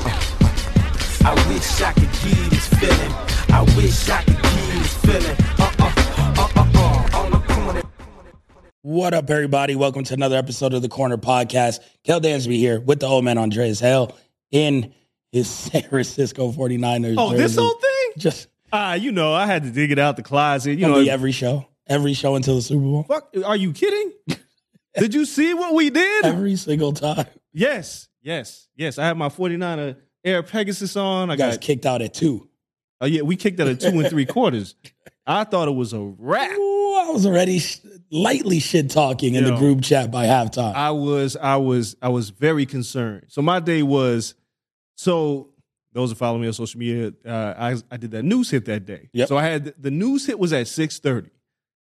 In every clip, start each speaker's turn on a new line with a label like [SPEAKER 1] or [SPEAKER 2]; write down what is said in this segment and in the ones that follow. [SPEAKER 1] I wish I could give this feeling. I wish I could give this feeling. Uh uh uh uh uh. All I'm doing
[SPEAKER 2] What up, everybody? Welcome to another episode of the Corner Podcast. Kel Dansby here with the old man Andreas Hale in his San Francisco 49ers.
[SPEAKER 3] Oh, this
[SPEAKER 2] jersey.
[SPEAKER 3] whole thing?
[SPEAKER 2] Just
[SPEAKER 3] Ah, you know, I had to dig it out the closet. You
[SPEAKER 2] gonna
[SPEAKER 3] know,
[SPEAKER 2] be every show. Every show until the Super Bowl.
[SPEAKER 3] fuck, are you kidding? Did you see what we did?
[SPEAKER 2] Every single time.
[SPEAKER 3] Yes, yes, yes. I had my 49er Air Pegasus on. I
[SPEAKER 2] You guys
[SPEAKER 3] got,
[SPEAKER 2] kicked out at two.
[SPEAKER 3] oh yeah, we kicked out at two and three quarters. I thought it was a wrap.
[SPEAKER 2] Ooh, I was already sh- lightly shit talking in the
[SPEAKER 3] Yo.
[SPEAKER 2] group chat by halftime.
[SPEAKER 3] I was, I was, I was very concerned. So my day was, so those that follow me on social media, uh, I, I did that news hit that day.
[SPEAKER 2] Yep.
[SPEAKER 3] So I had the news hit was at six thirty,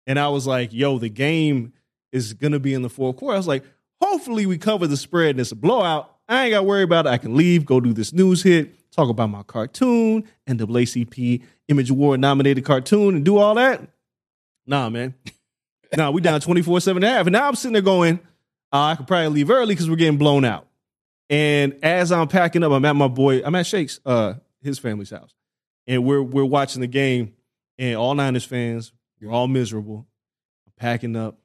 [SPEAKER 3] and I was like, "Yo, the game is gonna be in the fourth quarter." I was like, "Hopefully, we cover the spread and it's a blowout. I ain't got to worry about it. I can leave, go do this news hit, talk about my cartoon, NAACP Image Award nominated cartoon, and do all that." Nah, man. nah, we down 24 7 and a half. And now I'm sitting there going, uh, I could probably leave early because we're getting blown out. And as I'm packing up, I'm at my boy, I'm at Shake's, uh, his family's house. And we're we're watching the game, and all Niners fans, we're all miserable. I'm packing up,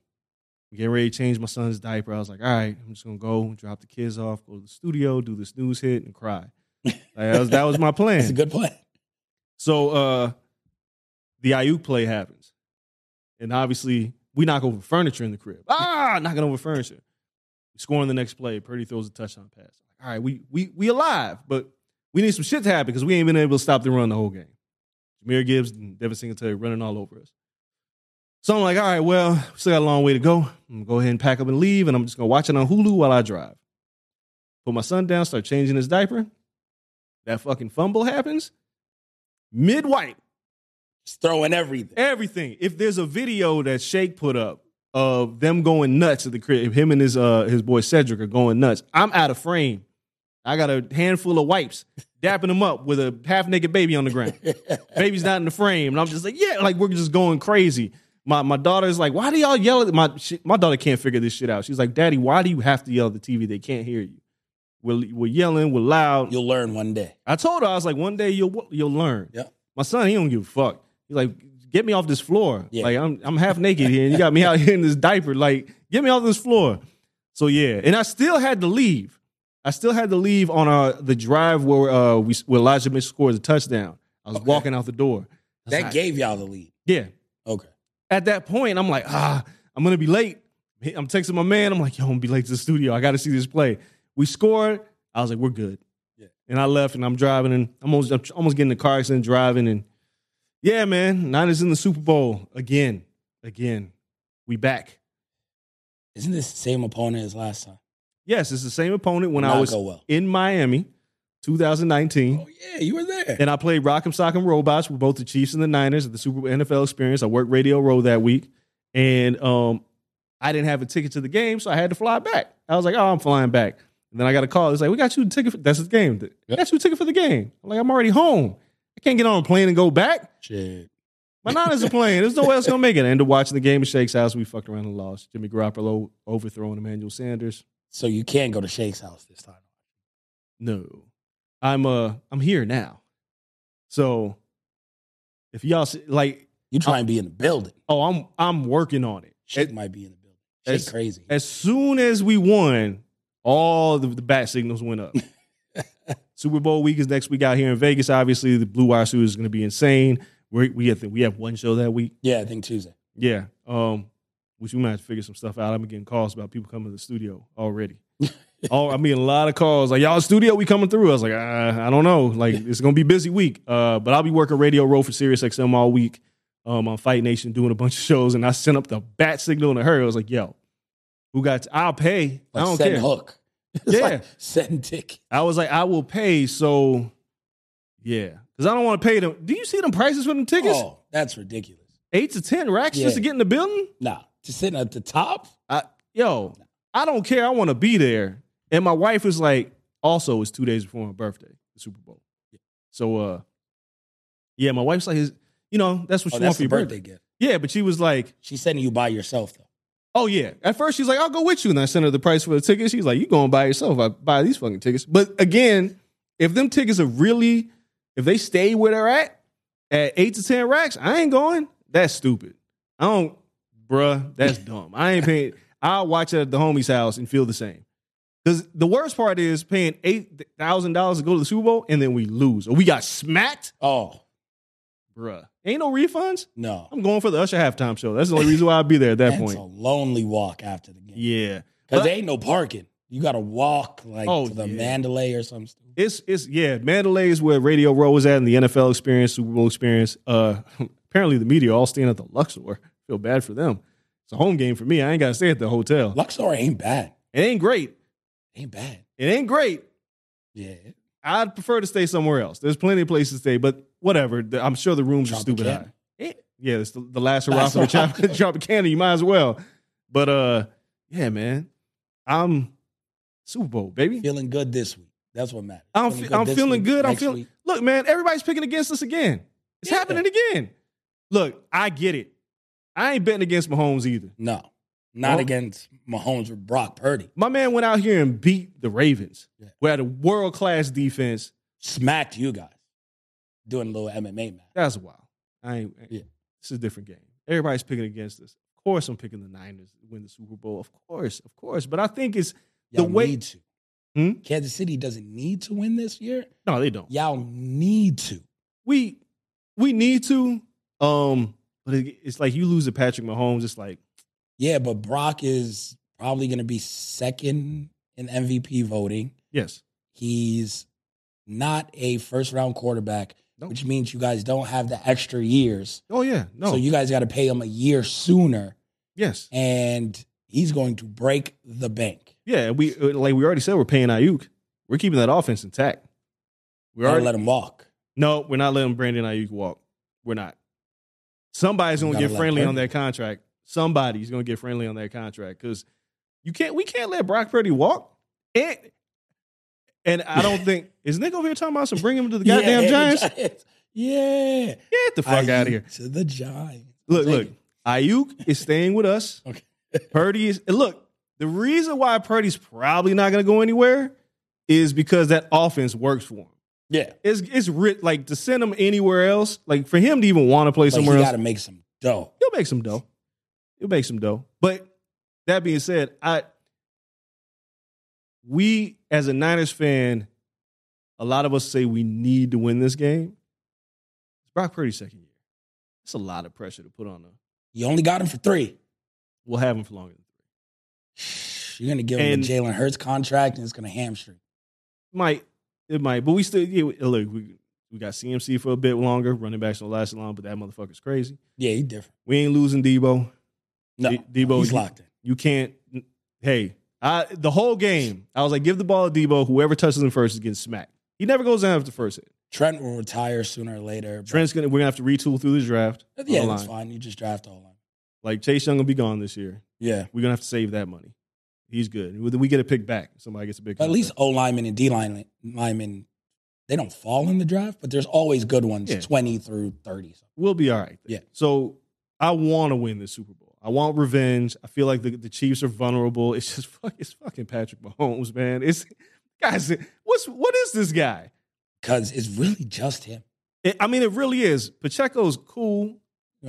[SPEAKER 3] getting ready to change my son's diaper. I was like, all right, I'm just gonna go drop the kids off, go to the studio, do this news hit, and cry. Like, that, was, that was my plan.
[SPEAKER 2] That's a good plan.
[SPEAKER 3] So uh the Ayuk play happens. And obviously, we knock over furniture in the crib. Ah, knocking over furniture. We score on the next play. Purdy throws a touchdown pass. All right, we we we alive, but we need some shit to happen because we ain't been able to stop the run the whole game. Jameer Gibbs and Devin Singletary running all over us. So I'm like, all right, well, we still got a long way to go. I'm gonna go ahead and pack up and leave, and I'm just gonna watch it on Hulu while I drive. Put my son down, start changing his diaper. That fucking fumble happens. Mid-wipe,
[SPEAKER 2] Just throwing everything.
[SPEAKER 3] everything. If there's a video that Shake put up of them going nuts at the crib, him and his uh his boy Cedric are going nuts. I'm out of frame. I got a handful of wipes dapping him up with a half naked baby on the ground. Baby's not in the frame, and I'm just like, yeah, like we're just going crazy. My my daughter's like, why do y'all yell at my she, my daughter can't figure this shit out. She's like, Daddy, why do you have to yell at the TV? They can't hear you. We're, we're yelling, we're loud.
[SPEAKER 2] You'll learn one day.
[SPEAKER 3] I told her I was like, one day you'll you'll learn.
[SPEAKER 2] Yeah.
[SPEAKER 3] My son, he don't give a fuck. He's like, get me off this floor.
[SPEAKER 2] Yeah.
[SPEAKER 3] Like I'm I'm half naked here, and you got me out here in this diaper. Like, get me off this floor. So yeah, and I still had to leave. I still had to leave on uh, the drive where uh, we where Elijah Mitchell scores a touchdown. I was
[SPEAKER 2] Okay.
[SPEAKER 3] walking out the door. I was
[SPEAKER 2] That
[SPEAKER 3] like,
[SPEAKER 2] gave y'all the lead.
[SPEAKER 3] yeah.
[SPEAKER 2] Okay.
[SPEAKER 3] At that point, I'm like, ah, I'm gonna be late. I'm texting my man. I'm like, yo, I'm gonna be late to the studio. I got to see this play. We scored. I was like, we're good.
[SPEAKER 2] Yeah.
[SPEAKER 3] And I left, and I'm driving, and I'm almost, I'm almost getting in a car accident driving, and yeah, man, Niners in the Super Bowl again, again. We back.
[SPEAKER 2] Isn't this the same opponent as last time?
[SPEAKER 3] Yes, it's the same opponent when
[SPEAKER 2] Not
[SPEAKER 3] I was
[SPEAKER 2] go well.
[SPEAKER 3] in Miami, 2019.
[SPEAKER 2] Oh yeah, you were there.
[SPEAKER 3] And I played Rock'em Sock'em Robots with both the Chiefs and the Niners at the Super Bowl NFL Experience. I worked Radio Row that week, and um, I didn't have a ticket to the game, so I had to fly back. I was like, "Oh, I'm flying back." And then I got a call. It's like, "We got you a ticket. For, that's the game. We Got you a ticket for the game." I'm like, "I'm already home. I can't get on a plane and go back.
[SPEAKER 2] Shit.
[SPEAKER 3] My Niners are playing. There's no way else gonna make it." I ended up watching the game at Shake's house. We fucked around and lost. Jimmy Garoppolo overthrowing Emmanuel Sanders.
[SPEAKER 2] So you can go to Shake's house this time.
[SPEAKER 3] No, I'm uh I'm here now. So if y'all s- like,
[SPEAKER 2] You try and be in the building.
[SPEAKER 3] oh, I'm I'm working on it.
[SPEAKER 2] Shake
[SPEAKER 3] It-
[SPEAKER 2] might be in the building. Shake
[SPEAKER 3] it's-
[SPEAKER 2] crazy.
[SPEAKER 3] As soon as we won, all the, the bat signals went up. Super Bowl week is next week out here in Vegas. Obviously, the Blue Wire Series is going to be insane. We're, we have we have one show that week.
[SPEAKER 2] yeah, I think Tuesday.
[SPEAKER 3] Yeah. Um, which we might have to figure some stuff out. I'm getting calls about people coming to the studio already. oh, I'm getting a lot of calls. Like, y'all studio, we coming through. I was like, uh, I don't know. Like, it's gonna be a busy week. Uh, but I'll be working Radio Row for Sirius XM all week. Um, on Fight Nation doing a bunch of shows, and I sent up the bat signal to her. I was like, yo, who got I'll pay.
[SPEAKER 2] Like
[SPEAKER 3] I don't
[SPEAKER 2] setting
[SPEAKER 3] care.
[SPEAKER 2] hook. It's
[SPEAKER 3] Yeah.
[SPEAKER 2] like setting tick.
[SPEAKER 3] I was like, I will pay, so yeah. Cause I don't want to pay them. Do you see them prices for them tickets?
[SPEAKER 2] Oh, that's ridiculous.
[SPEAKER 3] Eight to ten racks
[SPEAKER 2] Yeah.
[SPEAKER 3] just to get in the building?
[SPEAKER 2] Nah, just sitting at the top. Oh,
[SPEAKER 3] I, yo, I don't care. I want to be there. And my wife was like, also, it's two days before my birthday, the Super Bowl. So, uh, yeah, my wife's like, is- you know, that's what
[SPEAKER 2] Oh,
[SPEAKER 3] you want
[SPEAKER 2] that's
[SPEAKER 3] for
[SPEAKER 2] the
[SPEAKER 3] your
[SPEAKER 2] birthday
[SPEAKER 3] birthday.
[SPEAKER 2] gift.
[SPEAKER 3] Yeah, but she was like,
[SPEAKER 2] She's sending you by yourself though.
[SPEAKER 3] oh yeah. At first, she's like, I'll go with you, and I sent her the price for the ticket. She's like, you going by yourself? I buy these fucking tickets. But again, if them tickets are really, if they stay where they're at, at eight to ten racks, I ain't going. That's stupid. I don't, bruh. That's dumb. I ain't paying. I'll watch it at the homie's house and feel the same. Because the worst part is paying eight thousand dollars to go to the Super Bowl and then we lose or we got smacked,
[SPEAKER 2] Oh
[SPEAKER 3] bruh. Ain't no refunds.
[SPEAKER 2] no,
[SPEAKER 3] I'm going for the Usher halftime show. That's the only reason why I'd be there at that
[SPEAKER 2] that's
[SPEAKER 3] point.
[SPEAKER 2] a lonely walk after the game.
[SPEAKER 3] Yeah.
[SPEAKER 2] Cause there ain't no parking. You got to walk like
[SPEAKER 3] Oh,
[SPEAKER 2] to the
[SPEAKER 3] yeah.
[SPEAKER 2] Mandalay or something.
[SPEAKER 3] It's it's yeah, Mandalay is where Radio Row was at in the NFL experience, Super Bowl experience. Uh apparently the media all staying at the Luxor. Feel bad for them. It's a home game for me. I ain't gotta stay at the hotel.
[SPEAKER 2] Luxor ain't bad.
[SPEAKER 3] It ain't great.
[SPEAKER 2] Ain't bad.
[SPEAKER 3] It ain't great.
[SPEAKER 2] Yeah.
[SPEAKER 3] I'd prefer to stay somewhere else. There's plenty of places to stay, but whatever. The- I'm sure the rooms are stupid
[SPEAKER 2] Tropicana.
[SPEAKER 3] high. Eh, Yeah, it's the, the last hurrah
[SPEAKER 2] Last
[SPEAKER 3] for the
[SPEAKER 2] hurrah.
[SPEAKER 3] Tropic- Tropicana. You might as well. But uh, yeah, man, I'm Super Bowl baby.
[SPEAKER 2] Feeling good this week. That's what matters.
[SPEAKER 3] I'm fe- I'm
[SPEAKER 2] this
[SPEAKER 3] feeling
[SPEAKER 2] week,
[SPEAKER 3] good. I'm
[SPEAKER 2] next
[SPEAKER 3] feeling-
[SPEAKER 2] week.
[SPEAKER 3] Look, man, everybody's picking against us again. It's
[SPEAKER 2] Yeah.
[SPEAKER 3] happening again. Look, I get it. I ain't betting against Mahomes either.
[SPEAKER 2] No, not
[SPEAKER 3] Oh.
[SPEAKER 2] against Mahomes with Brock Purdy.
[SPEAKER 3] My man went out here and beat the Ravens.
[SPEAKER 2] Yeah.
[SPEAKER 3] We had a world class defense.
[SPEAKER 2] Smacked you guys doing a little MMA match.
[SPEAKER 3] That's wild. I ain't.
[SPEAKER 2] Yeah.
[SPEAKER 3] This is a different game. Everybody's picking against us. Of course, I'm picking the Niners to win the Super Bowl. Of course, of course. But I think it's The
[SPEAKER 2] Y'all
[SPEAKER 3] way-
[SPEAKER 2] need to.
[SPEAKER 3] Hmm?
[SPEAKER 2] Kansas City doesn't need to win this year.
[SPEAKER 3] no, they don't.
[SPEAKER 2] Y'all need to.
[SPEAKER 3] we we need to. Um, but it, it's like you lose to Patrick Mahomes. It's like
[SPEAKER 2] Yeah, but Brock is probably going to be second in MVP voting.
[SPEAKER 3] yes,
[SPEAKER 2] He's not a first round quarterback,
[SPEAKER 3] Nope.
[SPEAKER 2] which means you guys don't have the extra years.
[SPEAKER 3] oh yeah, no,
[SPEAKER 2] So you guys got to pay him a year sooner,
[SPEAKER 3] yes,
[SPEAKER 2] and he's going to break the bank.
[SPEAKER 3] Yeah, we uh, like we already said we're paying Ayuk. We're keeping that offense intact. We
[SPEAKER 2] Gotta
[SPEAKER 3] already
[SPEAKER 2] let him walk.
[SPEAKER 3] no, we're not letting Brandon Ayuk walk. We're not. Somebody's
[SPEAKER 2] You
[SPEAKER 3] gonna
[SPEAKER 2] gotta
[SPEAKER 3] get
[SPEAKER 2] let
[SPEAKER 3] friendly on
[SPEAKER 2] Purdy.
[SPEAKER 3] that contract. Somebody's gonna get friendly on that contract because you can't. We can't let Brock Purdy walk. And and I don't think is Nick over here talking about some bring him to the goddamn
[SPEAKER 2] yeah,
[SPEAKER 3] Giants.
[SPEAKER 2] the Giants. Yeah.
[SPEAKER 3] Get the fuck out of here.
[SPEAKER 2] To the Giants.
[SPEAKER 3] Look,
[SPEAKER 2] Take
[SPEAKER 3] look.
[SPEAKER 2] it.
[SPEAKER 3] Ayuk is staying with us.
[SPEAKER 2] Okay.
[SPEAKER 3] Purdy is and look. The reason why Purdy's probably not going to go anywhere is because that offense works for him.
[SPEAKER 2] Yeah.
[SPEAKER 3] It's it's writ, like to send him anywhere else. Like for him to even want to play
[SPEAKER 2] But you
[SPEAKER 3] somewhere else,
[SPEAKER 2] got to make some dough.
[SPEAKER 3] he'll make some dough. He'll make some dough. But that being said, I we as a Niners fan, a lot of us say we need to win this game. It's Brock Purdy's second year. It's a lot of pressure to put on him.
[SPEAKER 2] You only got him for three.
[SPEAKER 3] We'll have him for longer.
[SPEAKER 2] You're going to give him
[SPEAKER 3] And-
[SPEAKER 2] a Jalen Hurts contract, and it's going to hamstring.
[SPEAKER 3] might it might, but we still yeah, we- look. We we got CMC for a bit longer. Running backs don't last long, but that motherfucker's crazy.
[SPEAKER 2] Yeah, he's different.
[SPEAKER 3] We ain't losing Debo.
[SPEAKER 2] No,
[SPEAKER 3] D- Debo,
[SPEAKER 2] he's
[SPEAKER 3] you-
[SPEAKER 2] locked in.
[SPEAKER 3] You can't. Hey, I the whole game. I was like, give the ball to Debo. Whoever touches him first is getting smacked. He never goes down after the first hit.
[SPEAKER 2] Trent will retire sooner or later. but-
[SPEAKER 3] Trent's gonna. We're gonna have to retool through the draft. on the
[SPEAKER 2] yeah, that's
[SPEAKER 3] line.
[SPEAKER 2] fine. You just draft all line.
[SPEAKER 3] Like Chase Young will be gone this year.
[SPEAKER 2] Yeah.
[SPEAKER 3] We're gonna have to save that money. He's good. We we get a pick back. Somebody gets a big.
[SPEAKER 2] But at least
[SPEAKER 3] contract.
[SPEAKER 2] O linemen and D line linemen, they don't fall in the draft, but there's always good ones,
[SPEAKER 3] Yeah.
[SPEAKER 2] 20 through 30.
[SPEAKER 3] we'll be all right.
[SPEAKER 2] Yeah.
[SPEAKER 3] So I want to win this Super Bowl. I I want revenge. I feel like the, the Chiefs are vulnerable. It's just fuck, it's fucking Patrick Mahomes, man. It's guys, what's what is this guy?
[SPEAKER 2] because it's really just him.
[SPEAKER 3] It- I mean, it really is. Pacheco's cool.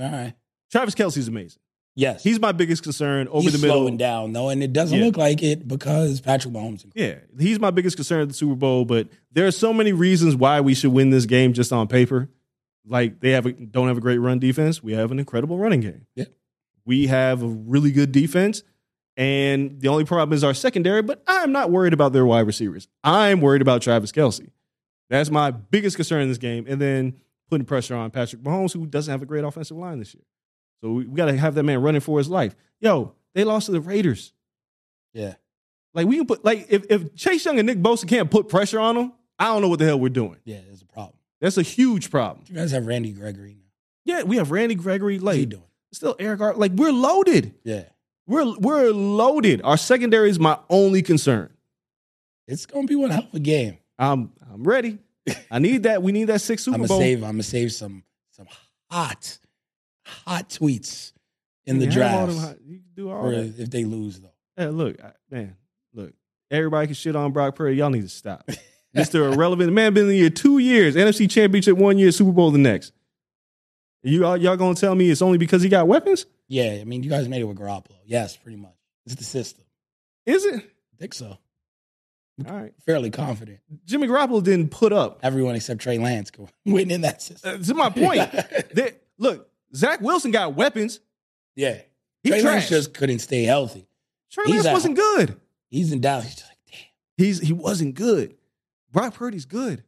[SPEAKER 2] All right.
[SPEAKER 3] Travis Kelsey's amazing.
[SPEAKER 2] Yes.
[SPEAKER 3] He's my biggest concern over
[SPEAKER 2] He's
[SPEAKER 3] the middle.
[SPEAKER 2] slowing down though, and it doesn't
[SPEAKER 3] Yeah.
[SPEAKER 2] look like it because Patrick Mahomes.
[SPEAKER 3] Yeah, he's my biggest concern at the Super Bowl, but there are so many reasons why we should win this game just on paper. Like they have a, don't have a great run defense. We have an incredible running game.
[SPEAKER 2] Yeah.
[SPEAKER 3] We have a really good defense, and the only problem is our secondary. But I'm not worried about their wide receivers. I'm worried about Travis Kelsey. That's my biggest concern in this game. And then putting pressure on Patrick Mahomes, who doesn't have a great offensive line this year. So we, we got to have that man running for his life. Yo, they lost to the Raiders.
[SPEAKER 2] Yeah.
[SPEAKER 3] Like we can put like if, if Chase Young and Nick Bosa can't put pressure on them, I don't know what the hell we're doing.
[SPEAKER 2] Yeah, there's a problem.
[SPEAKER 3] That's a huge problem.
[SPEAKER 2] You guys have Randy Gregory now.
[SPEAKER 3] Yeah, we have Randy Gregory,
[SPEAKER 2] What's he
[SPEAKER 3] like
[SPEAKER 2] doing?
[SPEAKER 3] still Eric. Ar- like we're loaded.
[SPEAKER 2] Yeah.
[SPEAKER 3] We're we're loaded. Our secondary is my only concern.
[SPEAKER 2] It's gonna be one hell of a game.
[SPEAKER 3] I'm I'm ready. I need that. We need that six
[SPEAKER 2] I'm
[SPEAKER 3] Super
[SPEAKER 2] gonna
[SPEAKER 3] Bowl.
[SPEAKER 2] save. I'm gonna save some some hot, hot tweets in the
[SPEAKER 3] You have all
[SPEAKER 2] drafts.
[SPEAKER 3] them hot- You can do all
[SPEAKER 2] Or
[SPEAKER 3] that.
[SPEAKER 2] if they lose though.
[SPEAKER 3] Hey, look, I- man, look. Everybody can shit on Brock Purdy. Y'all need to stop. Mr. Irrelevant. Man, been in the year two years. NFC Championship one year, Super Bowl the next. You all y'all gonna tell me it's only because he got weapons?
[SPEAKER 2] Yeah, I mean, you guys made it with Garoppolo. Yes, pretty much. It's the system.
[SPEAKER 3] Is it?
[SPEAKER 2] I think so.
[SPEAKER 3] All right.
[SPEAKER 2] Fairly confident.
[SPEAKER 3] Jimmy Garoppolo didn't put up.
[SPEAKER 2] Everyone except Trey Lance could win in that system.
[SPEAKER 3] Uh, to my point, They- look, Zach Wilson got weapons.
[SPEAKER 2] yeah.
[SPEAKER 3] He
[SPEAKER 2] Trey Lance
[SPEAKER 3] trashed.
[SPEAKER 2] just couldn't stay healthy.
[SPEAKER 3] Trey
[SPEAKER 2] he's
[SPEAKER 3] Lance
[SPEAKER 2] out.
[SPEAKER 3] wasn't good.
[SPEAKER 2] He's in doubt. He's just like, damn.
[SPEAKER 3] He's he wasn't good. Brock Purdy's good.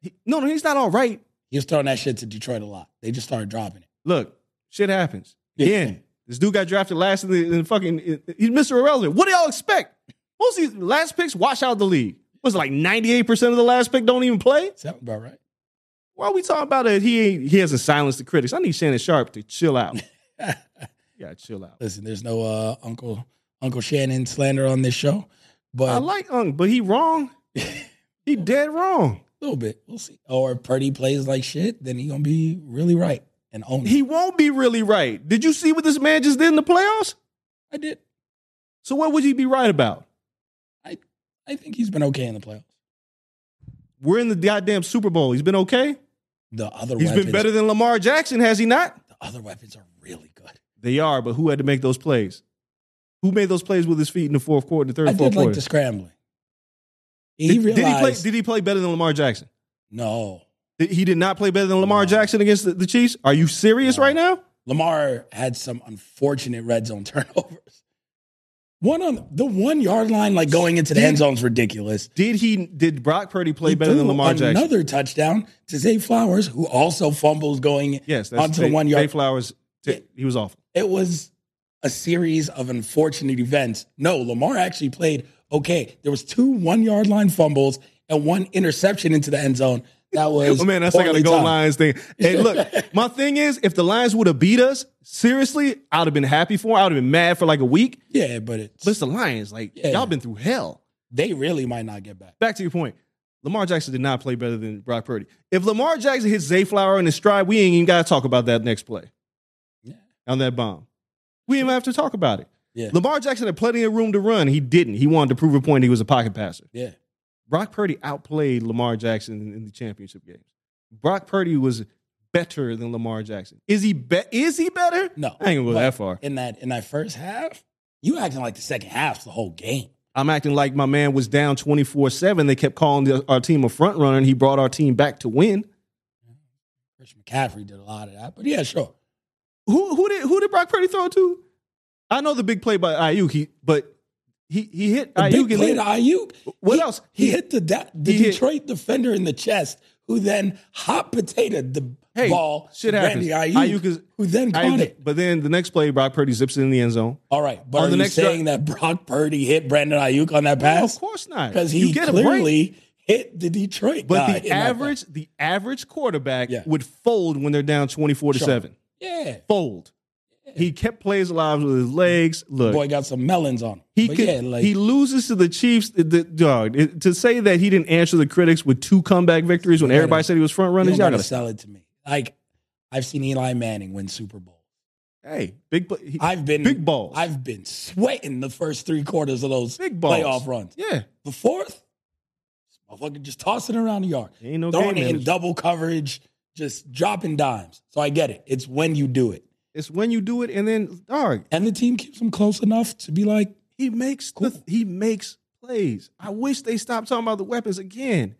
[SPEAKER 3] He- no, no, he's not all right.
[SPEAKER 2] He was throwing that shit to Detroit a lot. They just started dropping it.
[SPEAKER 3] Look, shit happens.
[SPEAKER 2] Yeah.
[SPEAKER 3] Again, this dude got drafted last in the, in the fucking. He's Mr. Irrelevant. What do y'all expect? Most of these last picks wash out the league. Was it like ninety eight percent of the last pick don't even play?
[SPEAKER 2] Sound about right?
[SPEAKER 3] Why are we talking about it? He ain't, he hasn't silenced the critics. I need Shannon Sharp to chill out. yeah, chill out.
[SPEAKER 2] Listen, there's no uh, Uncle Uncle Shannon slander on this show, but
[SPEAKER 3] I like Ung, but he wrong. he dead wrong.
[SPEAKER 2] a little bit. We'll see. Or if Purdy plays like shit, then he gonna be really right and own it.
[SPEAKER 3] He won't be really right. Did you see what this man just did in the playoffs?
[SPEAKER 2] I did.
[SPEAKER 3] So what would you be right about?
[SPEAKER 2] I think he's been okay in the playoffs.
[SPEAKER 3] We're in the goddamn Super Bowl. He's been okay.
[SPEAKER 2] The other
[SPEAKER 3] He's
[SPEAKER 2] weapons,
[SPEAKER 3] been better than Lamar Jackson, has he not?
[SPEAKER 2] The other weapons are really good.
[SPEAKER 3] They are, but who had to make those plays? Who made those plays with his feet in the fourth quarter, the third
[SPEAKER 2] I
[SPEAKER 3] and fourth
[SPEAKER 2] did like
[SPEAKER 3] quarter?
[SPEAKER 2] the scrambling. He
[SPEAKER 3] did,
[SPEAKER 2] realized
[SPEAKER 3] did he play? Did he play better than Lamar Jackson?
[SPEAKER 2] no.
[SPEAKER 3] Did- he did not play better than Lamar
[SPEAKER 2] No.
[SPEAKER 3] Jackson against the, the Chiefs. Are you serious
[SPEAKER 2] No.
[SPEAKER 3] right now?
[SPEAKER 2] Lamar had some unfortunate red zone turnovers. One on the one yard line, like going into the end zone's ridiculous.
[SPEAKER 3] Did he? Did Brock Purdy play
[SPEAKER 2] He
[SPEAKER 3] better than
[SPEAKER 2] threw
[SPEAKER 3] Lamar Jackson?
[SPEAKER 2] Another touchdown to Zay Flowers, who also fumbles going.
[SPEAKER 3] Yes, that's
[SPEAKER 2] onto the
[SPEAKER 3] Zay-
[SPEAKER 2] one yard-
[SPEAKER 3] Zay Flowers.
[SPEAKER 2] Yeah.
[SPEAKER 3] He was awful.
[SPEAKER 2] It was a series of unfortunate events. No, Lamar actually played okay. There was two one yard line fumbles and one interception into the end zone. That was
[SPEAKER 3] Oh man, that's like a
[SPEAKER 2] poorly
[SPEAKER 3] goal
[SPEAKER 2] timed.
[SPEAKER 3] Lions thing. Hey, look, my thing is, if the Lions would have beat us, seriously, I'd have been happy for. 'em. I would have been mad for like a week.
[SPEAKER 2] Yeah, but it's,
[SPEAKER 3] But it's the Lions. Like
[SPEAKER 2] Yeah.
[SPEAKER 3] y'all been through hell.
[SPEAKER 2] they really might not get back.
[SPEAKER 3] Back to your point. Lamar Jackson did not play better than Brock Purdy. If Lamar Jackson hits Zay Flower in his stride, we ain't even got to talk about that next play.
[SPEAKER 2] Yeah.
[SPEAKER 3] On that bomb. We didn't even have to talk about it.
[SPEAKER 2] Yeah.
[SPEAKER 3] Lamar Jackson had plenty of room to run. He didn't. He wanted to prove a point he was a pocket passer.
[SPEAKER 2] Yeah,
[SPEAKER 3] Brock Purdy outplayed Lamar Jackson in- in the championship games. Brock Purdy was better than Lamar Jackson. Is he be- is he better?
[SPEAKER 2] no,
[SPEAKER 3] I ain't gonna go
[SPEAKER 2] But
[SPEAKER 3] that far.
[SPEAKER 2] In that in that first half, you acting like the second half's the whole game.
[SPEAKER 3] I'm acting like my man was down 24-7. They kept calling the, our team a front runner and he brought our team back to win.
[SPEAKER 2] Christian McCaffrey did a lot of that, but yeah, sure.
[SPEAKER 3] Who who did who did Brock Purdy throw to? I know the big play by Ayuk, he, but he he hit
[SPEAKER 2] The
[SPEAKER 3] Ayuk.
[SPEAKER 2] big
[SPEAKER 3] and
[SPEAKER 2] play
[SPEAKER 3] then-
[SPEAKER 2] to Ayuk.
[SPEAKER 3] What
[SPEAKER 2] He-
[SPEAKER 3] else?
[SPEAKER 2] He,
[SPEAKER 3] He-
[SPEAKER 2] hit the da- the
[SPEAKER 3] he hit-
[SPEAKER 2] Detroit defender in the chest, who then hot potatoed the
[SPEAKER 3] Hey,
[SPEAKER 2] ball.
[SPEAKER 3] shit
[SPEAKER 2] to
[SPEAKER 3] happens.
[SPEAKER 2] Brandon Ayuk,
[SPEAKER 3] Ayuk is-
[SPEAKER 2] who then caught
[SPEAKER 3] Ayuk-
[SPEAKER 2] it.
[SPEAKER 3] But then the next play, Brock Purdy zips it in the end zone.
[SPEAKER 2] All right, but
[SPEAKER 3] On
[SPEAKER 2] are
[SPEAKER 3] the
[SPEAKER 2] you
[SPEAKER 3] next
[SPEAKER 2] saying that Brock Purdy hit Brandon Ayuk on that
[SPEAKER 3] No, of
[SPEAKER 2] pass?
[SPEAKER 3] course not.
[SPEAKER 2] Because
[SPEAKER 3] You
[SPEAKER 2] he
[SPEAKER 3] get a break.
[SPEAKER 2] clearly hit the Detroit guy.
[SPEAKER 3] But
[SPEAKER 2] in
[SPEAKER 3] the
[SPEAKER 2] that
[SPEAKER 3] average, the average quarterback
[SPEAKER 2] Yeah.
[SPEAKER 3] would fold when they're down twenty-four to
[SPEAKER 2] Sure.
[SPEAKER 3] seven.
[SPEAKER 2] pass. yeah,
[SPEAKER 3] Fold. He kept plays alive with his legs. Look,
[SPEAKER 2] boy got some melons on. Him.
[SPEAKER 3] he
[SPEAKER 2] But
[SPEAKER 3] could,
[SPEAKER 2] yeah, like
[SPEAKER 3] he loses to the Chiefs. The, the- dog it- to say that he didn't answer the critics with two comeback victories when
[SPEAKER 2] You gotta-
[SPEAKER 3] everybody said he was front
[SPEAKER 2] you
[SPEAKER 3] runners.
[SPEAKER 2] don't
[SPEAKER 3] Y'all
[SPEAKER 2] gotta
[SPEAKER 3] gotta
[SPEAKER 2] sell it to me. Like I've seen Eli Manning win Super Bowl.
[SPEAKER 3] Hey, big. bu- he-
[SPEAKER 2] I've been
[SPEAKER 3] big balls.
[SPEAKER 2] I've been sweating the first three quarters of those
[SPEAKER 3] big balls.
[SPEAKER 2] playoff runs.
[SPEAKER 3] Yeah,
[SPEAKER 2] The fourth, motherfucker just tossing it around the yard,
[SPEAKER 3] ain't no
[SPEAKER 2] throwing
[SPEAKER 3] game
[SPEAKER 2] it in
[SPEAKER 3] manager.
[SPEAKER 2] double coverage, just dropping dimes. So I get it. It's when you do it,
[SPEAKER 3] It's when you do it, and then dog,
[SPEAKER 2] and the team keeps them close enough to be like,
[SPEAKER 3] he makes the,
[SPEAKER 2] Cool.
[SPEAKER 3] he makes plays. I wish they stopped talking about the weapons again.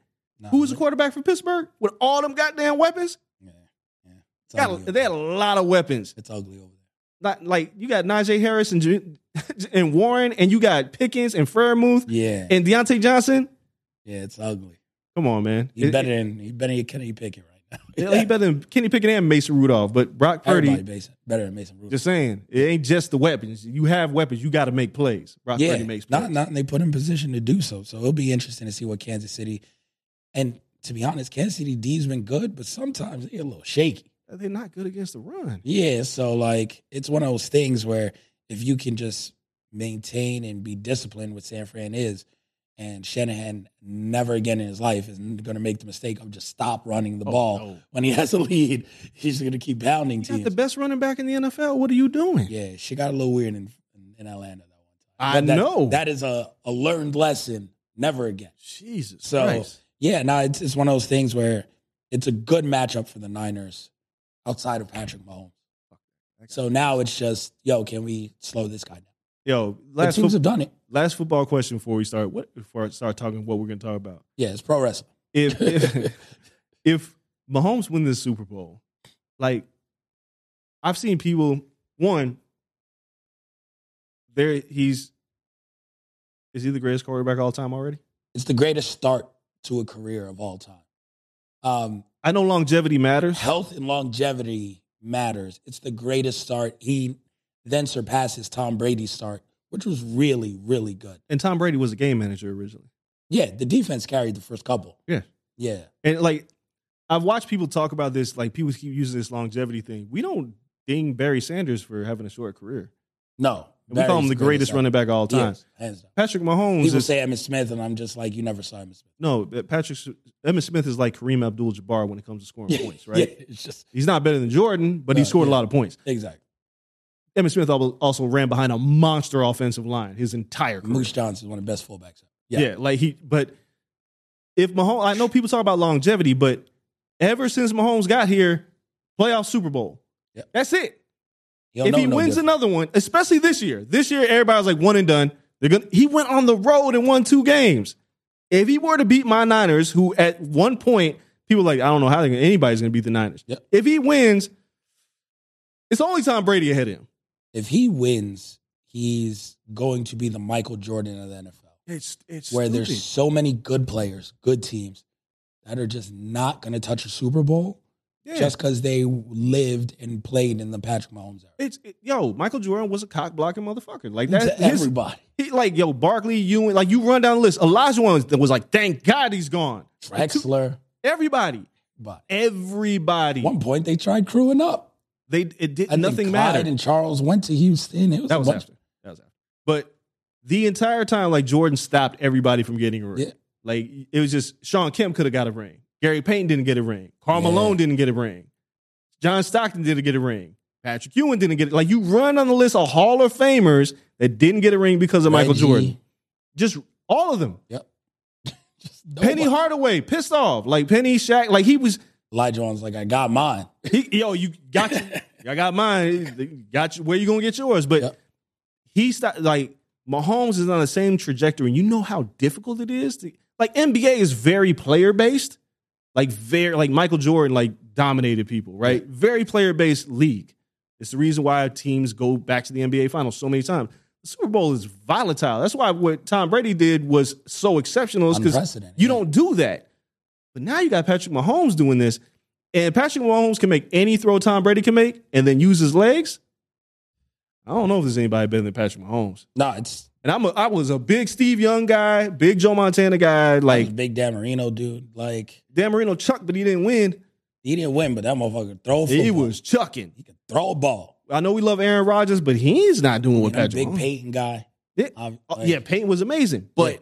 [SPEAKER 3] Who was the quarterback for Pittsburgh with all them goddamn weapons?
[SPEAKER 2] Yeah, yeah. It's
[SPEAKER 3] Got
[SPEAKER 2] ugly
[SPEAKER 3] a,
[SPEAKER 2] over
[SPEAKER 3] they had
[SPEAKER 2] there.
[SPEAKER 3] a lot of weapons.
[SPEAKER 2] It's ugly over there.
[SPEAKER 3] Not, like you got Najee Harris and Ju- and Warren, and you got Pickens and Fairmouth
[SPEAKER 2] Yeah,
[SPEAKER 3] and Deontay Johnson.
[SPEAKER 2] yeah. It's ugly.
[SPEAKER 3] Come on, man.
[SPEAKER 2] He's
[SPEAKER 3] It-
[SPEAKER 2] better than he's better than Kenny Pickett right
[SPEAKER 3] it-
[SPEAKER 2] now.
[SPEAKER 3] he better than Kenny Pickett and Mason Rudolph. But Brock Purdy,
[SPEAKER 2] Everybody basi- better than Mason Rudolph.
[SPEAKER 3] just saying, it ain't just the weapons. You have weapons. You got to make plays. Brock
[SPEAKER 2] yeah,
[SPEAKER 3] Purdy makes plays.
[SPEAKER 2] not not and they put him in position to do so. So it'll be interesting to see what Kansas City and to be honest, Kansas City D's been good, but sometimes they're a little shaky.
[SPEAKER 3] Uh, They're not good against the run.
[SPEAKER 2] Yeah, so like it's one of those things where if you can just maintain and be disciplined with San Fran is, and Shanahan never again in his life is going to make the mistake of just stop running the ball
[SPEAKER 3] Oh, no.
[SPEAKER 2] when he has a lead. He's going to keep pounding
[SPEAKER 3] You got
[SPEAKER 2] teams.
[SPEAKER 3] the best running back in the NFL. What are you doing?
[SPEAKER 2] Yeah, she got a little weird in in, in Atlanta that one time.
[SPEAKER 3] I
[SPEAKER 2] But that-
[SPEAKER 3] know.
[SPEAKER 2] that is a, a learned lesson. Never again.
[SPEAKER 3] Jesus
[SPEAKER 2] So
[SPEAKER 3] Christ.
[SPEAKER 2] yeah, no, it's it's one of those things where it's a good matchup for the Niners outside of Patrick Mahomes. So now it's just yo, can we slow this guy down?
[SPEAKER 3] Yo,
[SPEAKER 2] The
[SPEAKER 3] last,
[SPEAKER 2] teams
[SPEAKER 3] fo-
[SPEAKER 2] have done it.
[SPEAKER 3] last football question before we start. What before I start talking what we're gonna talk about?
[SPEAKER 2] Yeah, it's pro wrestling.
[SPEAKER 3] If if, if Mahomes win this Super Bowl, like I've seen people one, there he's is he the greatest quarterback of all time already?
[SPEAKER 2] It's the greatest start to a career of all time. Um,
[SPEAKER 3] I know longevity matters.
[SPEAKER 2] health and longevity matters. It's the greatest start. He then surpasses Tom Brady's start, which was really, really good.
[SPEAKER 3] And Tom Brady was a game manager originally.
[SPEAKER 2] Yeah, the defense carried the first couple.
[SPEAKER 3] Yeah.
[SPEAKER 2] Yeah.
[SPEAKER 3] And like I've watched people talk about this, like people keep using this longevity thing. We don't ding Barry Sanders for having a short career.
[SPEAKER 2] No.
[SPEAKER 3] And we call him the greatest running back of all time.
[SPEAKER 2] hands down.
[SPEAKER 3] Patrick Mahomes
[SPEAKER 2] People
[SPEAKER 3] is
[SPEAKER 2] say Emmitt Smith, and I'm just like, you never saw Emmitt Smith.
[SPEAKER 3] no but Patrick Emmitt Smith is like Kareem Abdul-Jabbar when it comes to scoring points, right?
[SPEAKER 2] Yeah, it's just
[SPEAKER 3] He's not better than Jordan, but he
[SPEAKER 2] No,
[SPEAKER 3] scored a
[SPEAKER 2] yeah.
[SPEAKER 3] lot of points.
[SPEAKER 2] exactly.
[SPEAKER 3] Emmitt Smith al- also ran behind a monster offensive line his entire career.
[SPEAKER 2] Moose Johnson is one of the best fullbacks.
[SPEAKER 3] Yeah. like he. But if Mahomes, I know people talk about longevity, but ever since Mahomes got here, playoff Super Bowl,
[SPEAKER 2] Yeah.
[SPEAKER 3] that's it.
[SPEAKER 2] He don't
[SPEAKER 3] if
[SPEAKER 2] know
[SPEAKER 3] he
[SPEAKER 2] no
[SPEAKER 3] wins
[SPEAKER 2] different.
[SPEAKER 3] another one, especially this year, this year everybody's like one and done. They're gonna. He went on the road and won two games. If he were to beat my Niners, who at one point people were like I don't know how they're gonna, anybody's going to beat the Niners.
[SPEAKER 2] Yep.
[SPEAKER 3] If he wins, it's only Tom Brady ahead of him.
[SPEAKER 2] if he wins, he's going to be the Michael Jordan of the NFL,
[SPEAKER 3] It's it's
[SPEAKER 2] where there's so many good players, good teams that are just not going to touch a Super Bowl
[SPEAKER 3] yeah.
[SPEAKER 2] just because they lived and played in the Patrick Mahomes era.
[SPEAKER 3] it's it- yo Michael Jordan was a cock blocking motherfucker like that.
[SPEAKER 2] to
[SPEAKER 3] His,
[SPEAKER 2] everybody,
[SPEAKER 3] he, like yo Barkley, Ewing, like you run down the list. Elijah was, was like, thank God he's gone.
[SPEAKER 2] Drexler,
[SPEAKER 3] Everybody,
[SPEAKER 2] but
[SPEAKER 3] everybody.
[SPEAKER 2] at one point they tried crewing up.
[SPEAKER 3] They it did
[SPEAKER 2] I think
[SPEAKER 3] nothing
[SPEAKER 2] Clyde
[SPEAKER 3] mattered.
[SPEAKER 2] And Charles went to Houston. It was
[SPEAKER 3] That
[SPEAKER 2] a
[SPEAKER 3] was
[SPEAKER 2] bunch-
[SPEAKER 3] after. That was after. But the entire time, like Jordan stopped everybody from getting a ring.
[SPEAKER 2] Yeah.
[SPEAKER 3] Like it was just Sean Kemp could have got a ring. Gary Payton didn't get a ring. Carl
[SPEAKER 2] Yeah.
[SPEAKER 3] Malone didn't get a ring. John Stockton didn't get a ring. Patrick Ewing didn't get it. Like you run on the list of Hall of Famers that didn't get a ring because of Michael
[SPEAKER 2] Reggie.
[SPEAKER 3] Jordan. Just all of them.
[SPEAKER 2] Yep. Just
[SPEAKER 3] Penny
[SPEAKER 2] nobody.
[SPEAKER 3] Hardaway pissed off. Like Penny Shaq. Like he was.
[SPEAKER 2] Elijah Jones like I got mine.
[SPEAKER 3] He, yo, you got you. I got mine. Got you. Where you gonna get yours? But
[SPEAKER 2] Yep.
[SPEAKER 3] he stopped. Like Mahomes is on the same trajectory. And you know how difficult it is to like NBA is very player based. Like very like Michael Jordan like dominated people. Right, very player based league. It's the reason why teams go back to the NBA Finals so many times. The Super Bowl is volatile. That's why what Tom Brady did was so exceptional because
[SPEAKER 2] Unprecedented,
[SPEAKER 3] you
[SPEAKER 2] yeah.
[SPEAKER 3] don't do that. But now you got Patrick Mahomes doing this, and Patrick Mahomes can make any throw Tom Brady can make, and then use his legs. I don't know if there's anybody better than Patrick Mahomes.
[SPEAKER 2] No, it's
[SPEAKER 3] And I'm a, I was a big Steve Young guy, big Joe Montana guy, like
[SPEAKER 2] like big Dan Marino dude. Like
[SPEAKER 3] Dan Marino Chuck, but he didn't win.
[SPEAKER 2] he didn't win, but that motherfucker throw. A
[SPEAKER 3] He
[SPEAKER 2] football.
[SPEAKER 3] was chucking.
[SPEAKER 2] he could throw a ball.
[SPEAKER 3] I know we love Aaron Rodgers, but he's not doing
[SPEAKER 2] You
[SPEAKER 3] what
[SPEAKER 2] know,
[SPEAKER 3] Patrick
[SPEAKER 2] big
[SPEAKER 3] Mahomes.
[SPEAKER 2] Peyton guy.
[SPEAKER 3] Yeah.
[SPEAKER 2] Um,
[SPEAKER 3] Oh,
[SPEAKER 2] like,
[SPEAKER 3] yeah, Peyton was amazing, but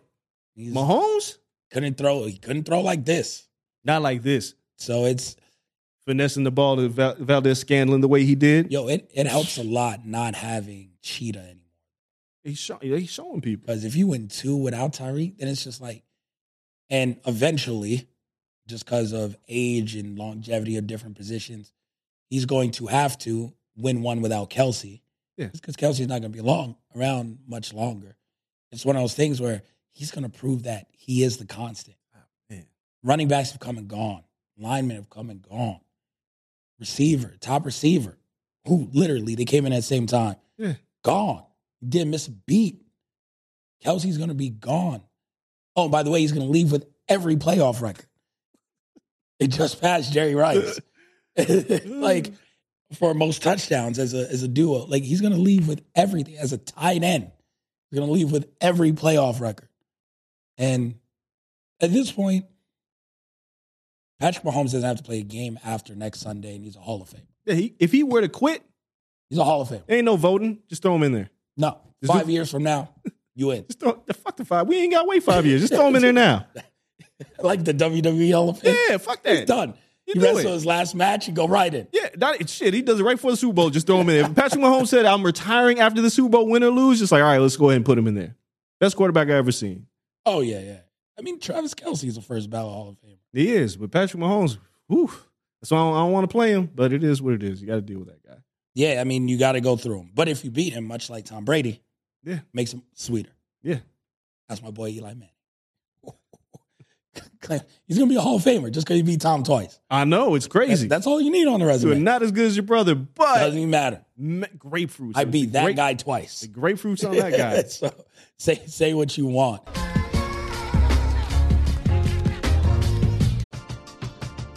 [SPEAKER 2] yeah. he's-
[SPEAKER 3] Mahomes
[SPEAKER 2] couldn't throw. He couldn't throw like this.
[SPEAKER 3] not like this.
[SPEAKER 2] So it's
[SPEAKER 3] finessing the ball to Val- Valdez Scandlin the way he did.
[SPEAKER 2] Yo, it, it helps a lot not having Cheetah anymore.
[SPEAKER 3] He's, show- he's showing people.
[SPEAKER 2] Because if you win two without Tyreek, then it's just like, and eventually, just because of age and longevity of different positions, he's going to have to win one without Kelsey.
[SPEAKER 3] Yeah.
[SPEAKER 2] Because Kelsey's not going to be long around much longer. It's one of those things where he's going to prove that he is the constant.
[SPEAKER 3] Ah, man.
[SPEAKER 2] Running backs have come and gone. Linemen have come and gone. Receiver, top receiver, who literally they came in at the same time.
[SPEAKER 3] Yeah.
[SPEAKER 2] Gone. Didn't miss a beat. Kelsey's going to be gone. Oh, and by the way, he's going to leave with every playoff record. It just passed Jerry Rice, like for most touchdowns as a as a duo. Like he's going to leave with everything as a tight end. He's going to leave with every playoff record. And at this point, Patrick Mahomes doesn't have to play a game after next Sunday, and he's a Hall of Fame.
[SPEAKER 3] Yeah, he, if he were to quit,
[SPEAKER 2] He's a Hall of Fame.
[SPEAKER 3] ain't no voting. Just throw him in there.
[SPEAKER 2] No,
[SPEAKER 3] Is
[SPEAKER 2] five
[SPEAKER 3] it-
[SPEAKER 2] years from now, you win.
[SPEAKER 3] Just throw the fuck the five. We ain't got to wait five years. Just throw him in there now.
[SPEAKER 2] Like the WWE Hall of Fame.
[SPEAKER 3] Yeah, fuck that.
[SPEAKER 2] It's done. He
[SPEAKER 3] You do
[SPEAKER 2] wrestled
[SPEAKER 3] it.
[SPEAKER 2] his last match and go right in.
[SPEAKER 3] Yeah, that, shit. He does it right before the Super Bowl. Just throw him in there. If Patrick Mahomes said, "I'm retiring after the Super Bowl, win or lose." Just like, all right, let's go ahead and put him in there. Best quarterback I ever seen.
[SPEAKER 2] Oh yeah, yeah. I mean, Travis Kelsey is the first ballot Hall of Famer.
[SPEAKER 3] He is, but Patrick Mahomes, whew. That's why I don't, want to play him. But it is what it is. You got to deal with that guy.
[SPEAKER 2] Yeah, I mean, you got to go through him. But if you beat him, much like Tom Brady,
[SPEAKER 3] Yeah.
[SPEAKER 2] makes him sweeter.
[SPEAKER 3] Yeah.
[SPEAKER 2] That's my boy Eli Manning. He's gonna be a Hall of Famer just because he beat Tom twice.
[SPEAKER 3] I know it's crazy.
[SPEAKER 2] That's all you need on the
[SPEAKER 3] You're
[SPEAKER 2] resume.
[SPEAKER 3] not as good as your brother, but
[SPEAKER 2] Doesn't even matter.
[SPEAKER 3] ma- grapefruits.
[SPEAKER 2] I beat that
[SPEAKER 3] Grape-
[SPEAKER 2] guy twice.
[SPEAKER 3] The grapefruits on that guy.
[SPEAKER 2] so say say what you want.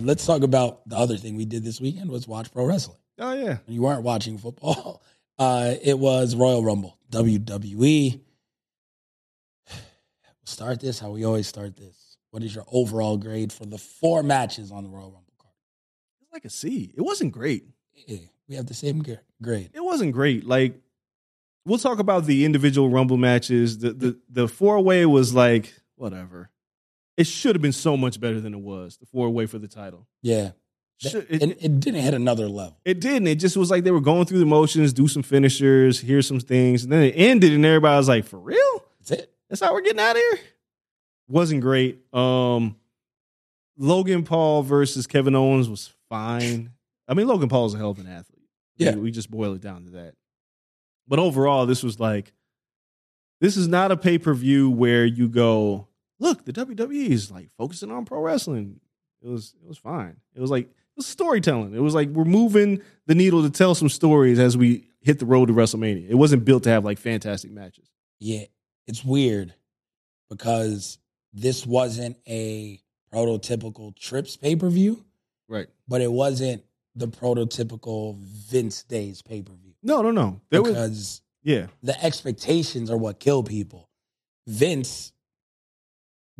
[SPEAKER 2] Let's talk about the other thing we did this weekend was watch pro wrestling.
[SPEAKER 3] Oh yeah,
[SPEAKER 2] and you weren't watching football, uh, it was Royal Rumble, WWE. Start this how we always start this. What is your overall grade for the four matches on the Royal Rumble card?
[SPEAKER 3] it's like a C. It wasn't great.
[SPEAKER 2] Yeah, we have the same gr- grade.
[SPEAKER 3] it wasn't great. Like we'll talk about the individual rumble matches. The the the four way was like whatever. It should have been so much better than it was. The four way for the title.
[SPEAKER 2] Yeah, Th-
[SPEAKER 3] Should-
[SPEAKER 2] and
[SPEAKER 3] it,
[SPEAKER 2] it,
[SPEAKER 3] it,
[SPEAKER 2] didn't hit another level.
[SPEAKER 3] didn't. It just was like they were going through the motions, do some finishers, hear some things, and then it ended, and everybody was like, "For real?
[SPEAKER 2] That's it.
[SPEAKER 3] That's how we're getting out of here." Wasn't great. Um, Logan Paul versus Kevin Owens was fine. I mean, Logan Paul is a hell of an athlete.
[SPEAKER 2] Yeah.
[SPEAKER 3] We, we just boil it down to that. But overall, this was like, this is not a pay per view where you go, look, the WWE is like focusing on pro wrestling. It was it was fine. It was like it was storytelling. It was like we're moving the needle to tell some stories as we hit the road to WrestleMania. It wasn't built to have like fantastic matches.
[SPEAKER 2] Yeah, it's weird because this wasn't a prototypical trips pay per view,
[SPEAKER 3] Right.
[SPEAKER 2] but it wasn't the prototypical Vince days pay per view
[SPEAKER 3] No, no, no. There
[SPEAKER 2] because.
[SPEAKER 3] was yeah.
[SPEAKER 2] the expectations are what kill people. Vince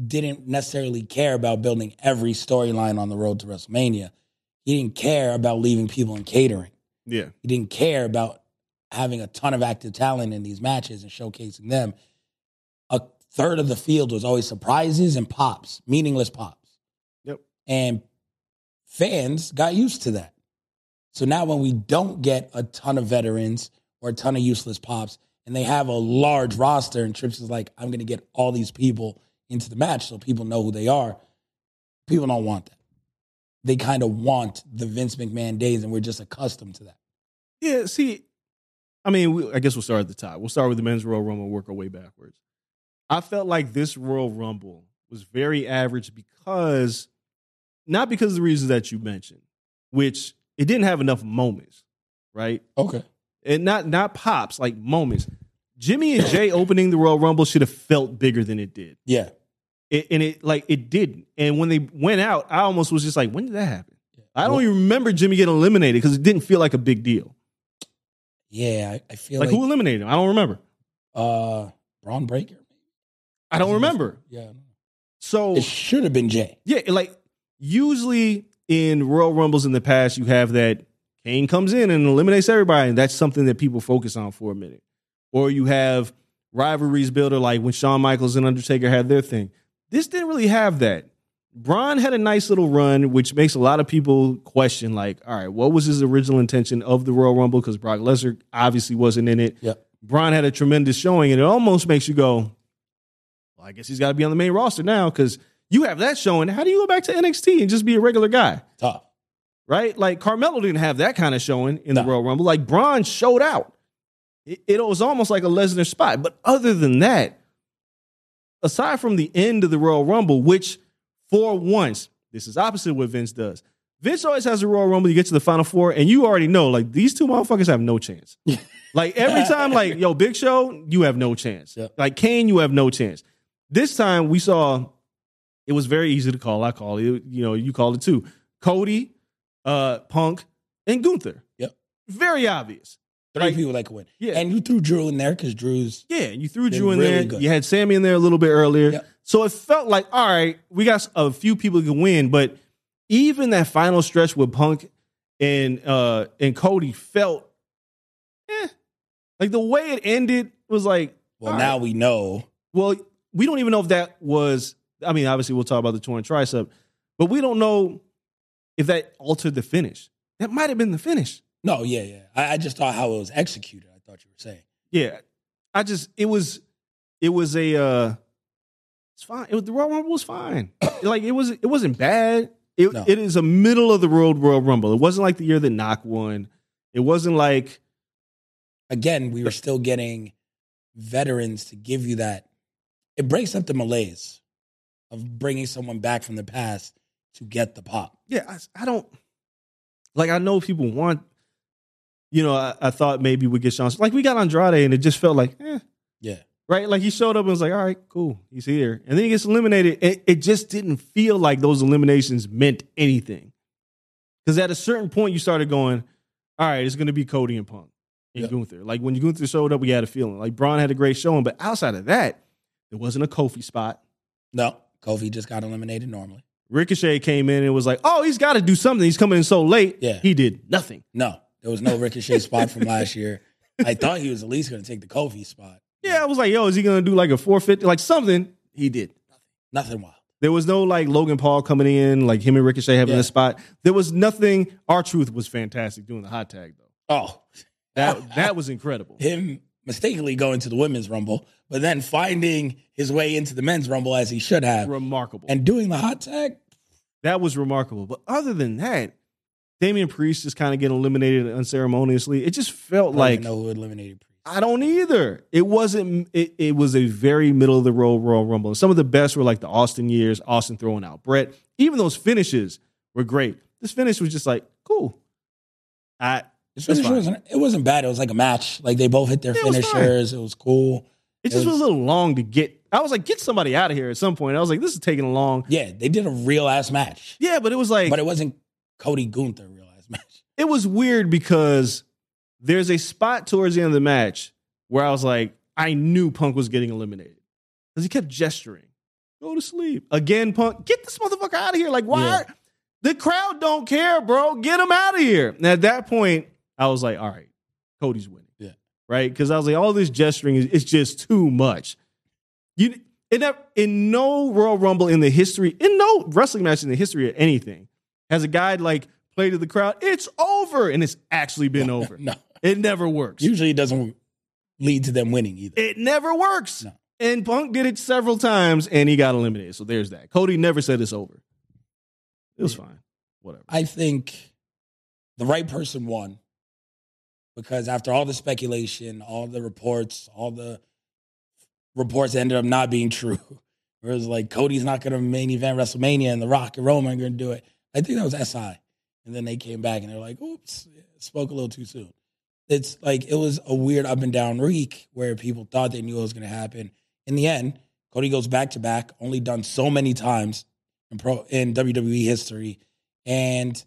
[SPEAKER 2] didn't necessarily care about building every storyline on the road to WrestleMania. He didn't care about leaving people in catering.
[SPEAKER 3] Yeah.
[SPEAKER 2] He didn't care about having a ton of active talent in these matches and showcasing them. third of the field was always surprises and pops, meaningless pops.
[SPEAKER 3] Yep.
[SPEAKER 2] And fans got used to that. So now when we don't get a ton of veterans or a ton of useless pops, and they have a large roster, and Trips is like, I'm going to get all these people into the match so people know who they are. People don't want that. They kind of want the Vince McMahon days, and we're just accustomed to that.
[SPEAKER 3] Yeah, see, I mean, we, I guess we'll start at the top. We'll start with the men's Royal Rumble and work our way backwards. I felt like this Royal Rumble was very average because, not because of the reasons that you mentioned, which it didn't have enough moments, right?
[SPEAKER 2] Okay.
[SPEAKER 3] And not not pops, like moments. Jimmy and Jay opening the Royal Rumble should have felt bigger than it did.
[SPEAKER 2] Yeah.
[SPEAKER 3] It, and it like it didn't. And when they went out, I almost was just like, when did that happen? I don't
[SPEAKER 2] Well-
[SPEAKER 3] even remember Jimmy getting eliminated because it didn't feel like a big deal.
[SPEAKER 2] Yeah. I, I feel
[SPEAKER 3] Like,
[SPEAKER 2] like,
[SPEAKER 3] who eliminated him? I don't remember.
[SPEAKER 2] uh, Braun Breaker.
[SPEAKER 3] I don't remember.
[SPEAKER 2] Yeah.
[SPEAKER 3] So
[SPEAKER 2] It should have been Jay.
[SPEAKER 3] yeah, like usually in Royal Rumbles in the past, you have that Kane comes in and eliminates everybody, and that's something that people focus on for a minute. Or you have rivalries builder like when Shawn Michaels and Undertaker had their thing. This didn't really have that. Braun had a nice little run, which makes a lot of people question, like, all right, what was his original intention of the Royal Rumble? Because Brock Lesnar obviously wasn't in it.
[SPEAKER 2] Yep.
[SPEAKER 3] Braun had a tremendous showing, and it almost makes you go, well, I guess he's got to be on the main roster now because you have that showing. How do you go back to NXT and just be a regular guy,
[SPEAKER 2] Tough.
[SPEAKER 3] right? Like Carmelo didn't have that kind of showing in the
[SPEAKER 2] No.
[SPEAKER 3] Royal Rumble. Like Braun showed out. It, it was almost like a Lesnar spot. But other than that, aside from the end of the Royal Rumble, which for once, this is opposite what Vince does. Vince always has a Royal Rumble. You get to the Final Four, and you already know, like these two motherfuckers have no chance. like every time, like yo, Big Show, you have no chance.
[SPEAKER 2] Yep.
[SPEAKER 3] Like Kane, you have no chance. This time we saw it was very easy to call. I call it. You know, you call it too. Cody, uh, Punk, and Gunther.
[SPEAKER 2] Yep.
[SPEAKER 3] Very obvious.
[SPEAKER 2] Three
[SPEAKER 3] Like-
[SPEAKER 2] people that could win.
[SPEAKER 3] Yeah.
[SPEAKER 2] And you threw Drew in there because Drew's
[SPEAKER 3] Yeah, you threw
[SPEAKER 2] They're
[SPEAKER 3] Drew in
[SPEAKER 2] really
[SPEAKER 3] there.
[SPEAKER 2] good.
[SPEAKER 3] You had Sammy in there a little bit earlier.
[SPEAKER 2] Yep.
[SPEAKER 3] So it felt like, all right, we got a few people who can win, but even that final stretch with Punk and uh and Cody felt eh. Like the way it ended was like,
[SPEAKER 2] Well,
[SPEAKER 3] All
[SPEAKER 2] now
[SPEAKER 3] right.
[SPEAKER 2] we know.
[SPEAKER 3] well, we don't even know if that was I mean, obviously we'll talk about the torn tricep, but we don't know if that altered the finish. That might have been the finish.
[SPEAKER 2] No, yeah, yeah. I, I just thought how it was executed. I thought you were saying.
[SPEAKER 3] Yeah, I just it was it was a uh it's fine. It was, the Royal Rumble was fine. like it was it wasn't bad. It,
[SPEAKER 2] No.
[SPEAKER 3] it is a middle of the road Royal Rumble. It wasn't like the year that Knock won. It wasn't like
[SPEAKER 2] Again, we were still getting veterans to give you that. It breaks up the malaise of bringing someone back from the past to get the pop.
[SPEAKER 3] yeah. I, I don't like. I know people want. You know, I, I thought maybe we get Sean. Like we got Andrade, and it just felt like eh.
[SPEAKER 2] Yeah.
[SPEAKER 3] right? Like he showed up and was like, all right, cool, he's here. And then he gets eliminated. It, it just didn't feel like those eliminations meant anything. Because at a certain point, you started going, all right, it's going to be Cody and Punk and
[SPEAKER 2] Yeah.
[SPEAKER 3] Gunther. Like when Gunther showed up, we had a feeling. Like Braun had a great showing, but outside of that, there wasn't a Kofi spot.
[SPEAKER 2] No, Kofi just got eliminated normally.
[SPEAKER 3] Ricochet came in and was like, oh, he's got to do something. He's coming in so late.
[SPEAKER 2] Yeah.
[SPEAKER 3] He did nothing.
[SPEAKER 2] No, there was no Ricochet spot from last year. I thought he was at least going to take the Kofi spot.
[SPEAKER 3] Yeah, I was like, yo, is he going to do like a 450, like something? He did.
[SPEAKER 2] Nothing wild.
[SPEAKER 3] There was no like Logan Paul coming in, like him and Ricochet having
[SPEAKER 2] Yeah.
[SPEAKER 3] a spot. There was nothing. Our truth was fantastic doing the hot tag though.
[SPEAKER 2] Oh,
[SPEAKER 3] That that was incredible.
[SPEAKER 2] him mistakenly going to the women's rumble, but then finding his way into the men's rumble as he should have,
[SPEAKER 3] Remarkable. And
[SPEAKER 2] and doing the hot tag.
[SPEAKER 3] that was remarkable. But other than that, Damian Priest just kind of getting eliminated unceremoniously. It just felt
[SPEAKER 2] Like,
[SPEAKER 3] like
[SPEAKER 2] know who eliminated Priest?
[SPEAKER 3] I don't either. It wasn't. It, it was a very middle of the road Royal Rumble. And some of the best were like the Austin years, Austin throwing out Brett. Even those finishes were great. This finish was just like cool. I
[SPEAKER 2] His
[SPEAKER 3] that's
[SPEAKER 2] finisher
[SPEAKER 3] fine.
[SPEAKER 2] wasn't, it wasn't bad. It was like a match. Like they both hit their
[SPEAKER 3] Yeah, it was fine.
[SPEAKER 2] finishers. It was cool.
[SPEAKER 3] It just was, a little long to get. I was like, get somebody out of here at some point. I was like, this is taking long.
[SPEAKER 2] Yeah, they did a real ass match,
[SPEAKER 3] Yeah, but it was like
[SPEAKER 2] but it wasn't Cody Gunther real ass match.
[SPEAKER 3] it was weird because there's a spot towards the end of the match where I was like, I knew Punk was getting eliminated because he kept gesturing, go to sleep again. Punk, get this motherfucker out of here! Like, why?
[SPEAKER 2] Yeah.
[SPEAKER 3] The crowd don't care, bro. Get him out of here. And at that point, I was like, all right, Cody's winning.
[SPEAKER 2] Yeah.
[SPEAKER 3] right. Because I was like, all this gesturing is it's just too much. You It never, in no Royal Rumble in the history, in no wrestling match in the history of anything, has a guy like play to the crowd, it's over, and it's actually been over.
[SPEAKER 2] No,
[SPEAKER 3] It never works.
[SPEAKER 2] usually it doesn't lead to them winning either.
[SPEAKER 3] It never works.
[SPEAKER 2] No.
[SPEAKER 3] And Punk did it several times, and he got eliminated. So there's that. Cody never said it's over. It was fine. Whatever.
[SPEAKER 2] I think the right person won because after all the speculation, all the reports, all the reports that ended up not being true, where it was like Cody's not going to main event WrestleMania and The Rock and Roman are going to do it. I think that was SI. And then they came back and they're like, oops, spoke a little too soon. It's like it was a weird up and down week where people thought they knew it was going to happen. In the end, Cody goes back to back, only done so many times in pro in WWE history and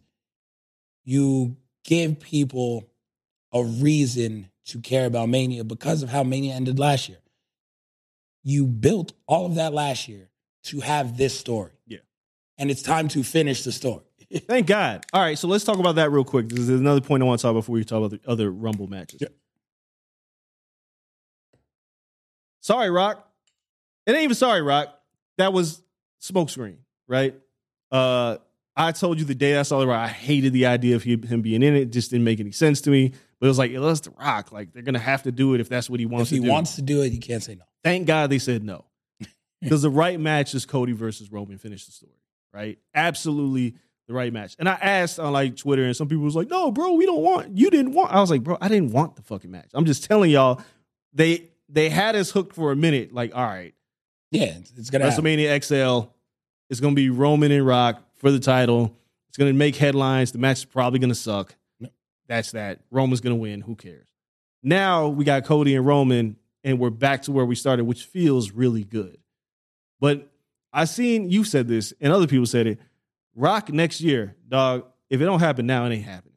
[SPEAKER 2] you give people a reason to care about Mania because of how Mania ended last year. You built all of that last year to have this story.
[SPEAKER 3] Yeah.
[SPEAKER 2] And it's time to finish the story.
[SPEAKER 3] Thank God. All right, so let's talk about that real quick. This is another point I want to talk about before we talk about the other Rumble matches.
[SPEAKER 2] Yeah.
[SPEAKER 3] Sorry, Rock. It ain't even sorry, Rock. That was smokescreen, right? Uh, I told you the day I saw the Rock, I hated the idea of him him being in it. It just didn't make any sense to me. But it was like, let's the Rock. Like they're gonna have to do it if that's what he
[SPEAKER 2] If
[SPEAKER 3] wants
[SPEAKER 2] he
[SPEAKER 3] to do.
[SPEAKER 2] wants to do it, you can't say no.
[SPEAKER 3] Thank God they said no. Because the right match is Cody versus Roman finish the story, right? Absolutely the right match. And I asked on like Twitter, and some people was like, no, bro, we don't want you didn't want. I was like, bro, I didn't want the fucking match. I'm just telling y'all, they they had us hooked for a minute, like, all right,
[SPEAKER 2] Yeah, it's, it's gonna happen.
[SPEAKER 3] WrestleMania XL. It's going to be Roman and Rock for the title. It's going to make headlines. The match is probably going to suck.
[SPEAKER 2] No.
[SPEAKER 3] That's that. Roman's going to win. Who cares? Now we got Cody and Roman, and we're back to where we started, which feels really good. But I seen you said this, and other people said it. Rock next year, dog. If it don't happen now, it ain't happening.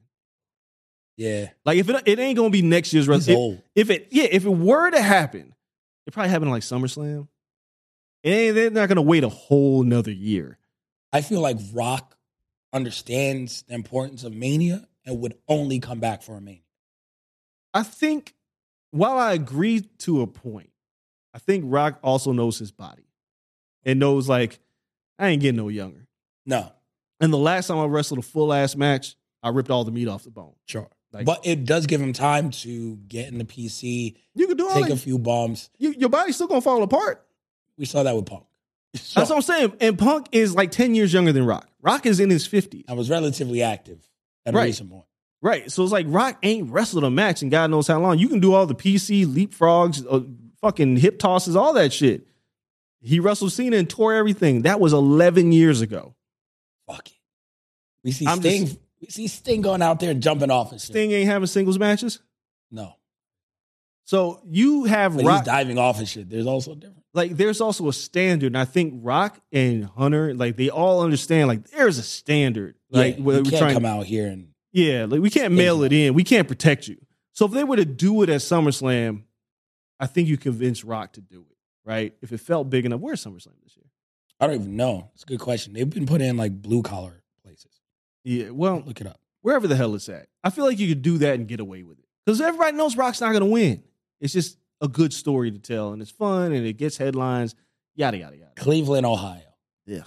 [SPEAKER 2] Yeah,
[SPEAKER 3] Like if it, it ain't gonna be next year's
[SPEAKER 2] he's
[SPEAKER 3] wrestling.
[SPEAKER 2] old.
[SPEAKER 3] If it yeah, if it were to happen, it probably happened like SummerSlam. It ain't, they're not gonna wait a whole nother year.
[SPEAKER 2] I feel like Rock understands the importance of Mania and would only come back for a Mania.
[SPEAKER 3] I think while I agree to a point, I think Rock also knows his body and knows like I ain't getting no younger.
[SPEAKER 2] No,
[SPEAKER 3] And the last time I wrestled a full ass match, I ripped all the meat off the bone.
[SPEAKER 2] sure.
[SPEAKER 3] Like-
[SPEAKER 2] but it does give him time to get in the PC,
[SPEAKER 3] You can do all
[SPEAKER 2] take a
[SPEAKER 3] that.
[SPEAKER 2] few bombs.
[SPEAKER 3] You, your body's still gonna fall apart.
[SPEAKER 2] We saw that with Punk. So,
[SPEAKER 3] That's what I'm saying. And Punk is like ten years younger than Rock. Rock is in his fifties.
[SPEAKER 2] I was relatively active at
[SPEAKER 3] Right.
[SPEAKER 2] a recent point.
[SPEAKER 3] Right. So it's like Rock ain't wrestled a match in God knows how long. You can do all the PC leapfrogs, uh, fucking hip tosses, all that shit. He wrestled Cena and tore everything. That was 11 years ago.
[SPEAKER 2] Fuck it. We see
[SPEAKER 3] I'm
[SPEAKER 2] Sting.
[SPEAKER 3] just-
[SPEAKER 2] we see Sting going out there and jumping off and shit.
[SPEAKER 3] Sting ain't having singles matches.
[SPEAKER 2] No,
[SPEAKER 3] So you have
[SPEAKER 2] But
[SPEAKER 3] Rock.
[SPEAKER 2] he's diving off and shit. There's also a difference.
[SPEAKER 3] like, there's also a standard. And I think Rock and Hunter, like, they all understand, like, there's a standard. Like,
[SPEAKER 2] yeah,
[SPEAKER 3] we're,
[SPEAKER 2] you
[SPEAKER 3] we're
[SPEAKER 2] can't
[SPEAKER 3] trying
[SPEAKER 2] come out here and
[SPEAKER 3] Yeah, like we can't mail it in. We can't protect you. So if they were to do it at SummerSlam, I think you convince Rock to do it, right? If it felt big enough, where's SummerSlam this year?
[SPEAKER 2] I don't even know. It's a good question. They've been put in like blue collar places.
[SPEAKER 3] Yeah, well,
[SPEAKER 2] Look it up.
[SPEAKER 3] wherever the hell it's at. I feel like you could do that and get away with it. Because everybody knows Rock's not gonna win. It's just a good story to tell and it's fun and it gets headlines, yada yada yada.
[SPEAKER 2] Cleveland, Ohio.
[SPEAKER 3] Yeah.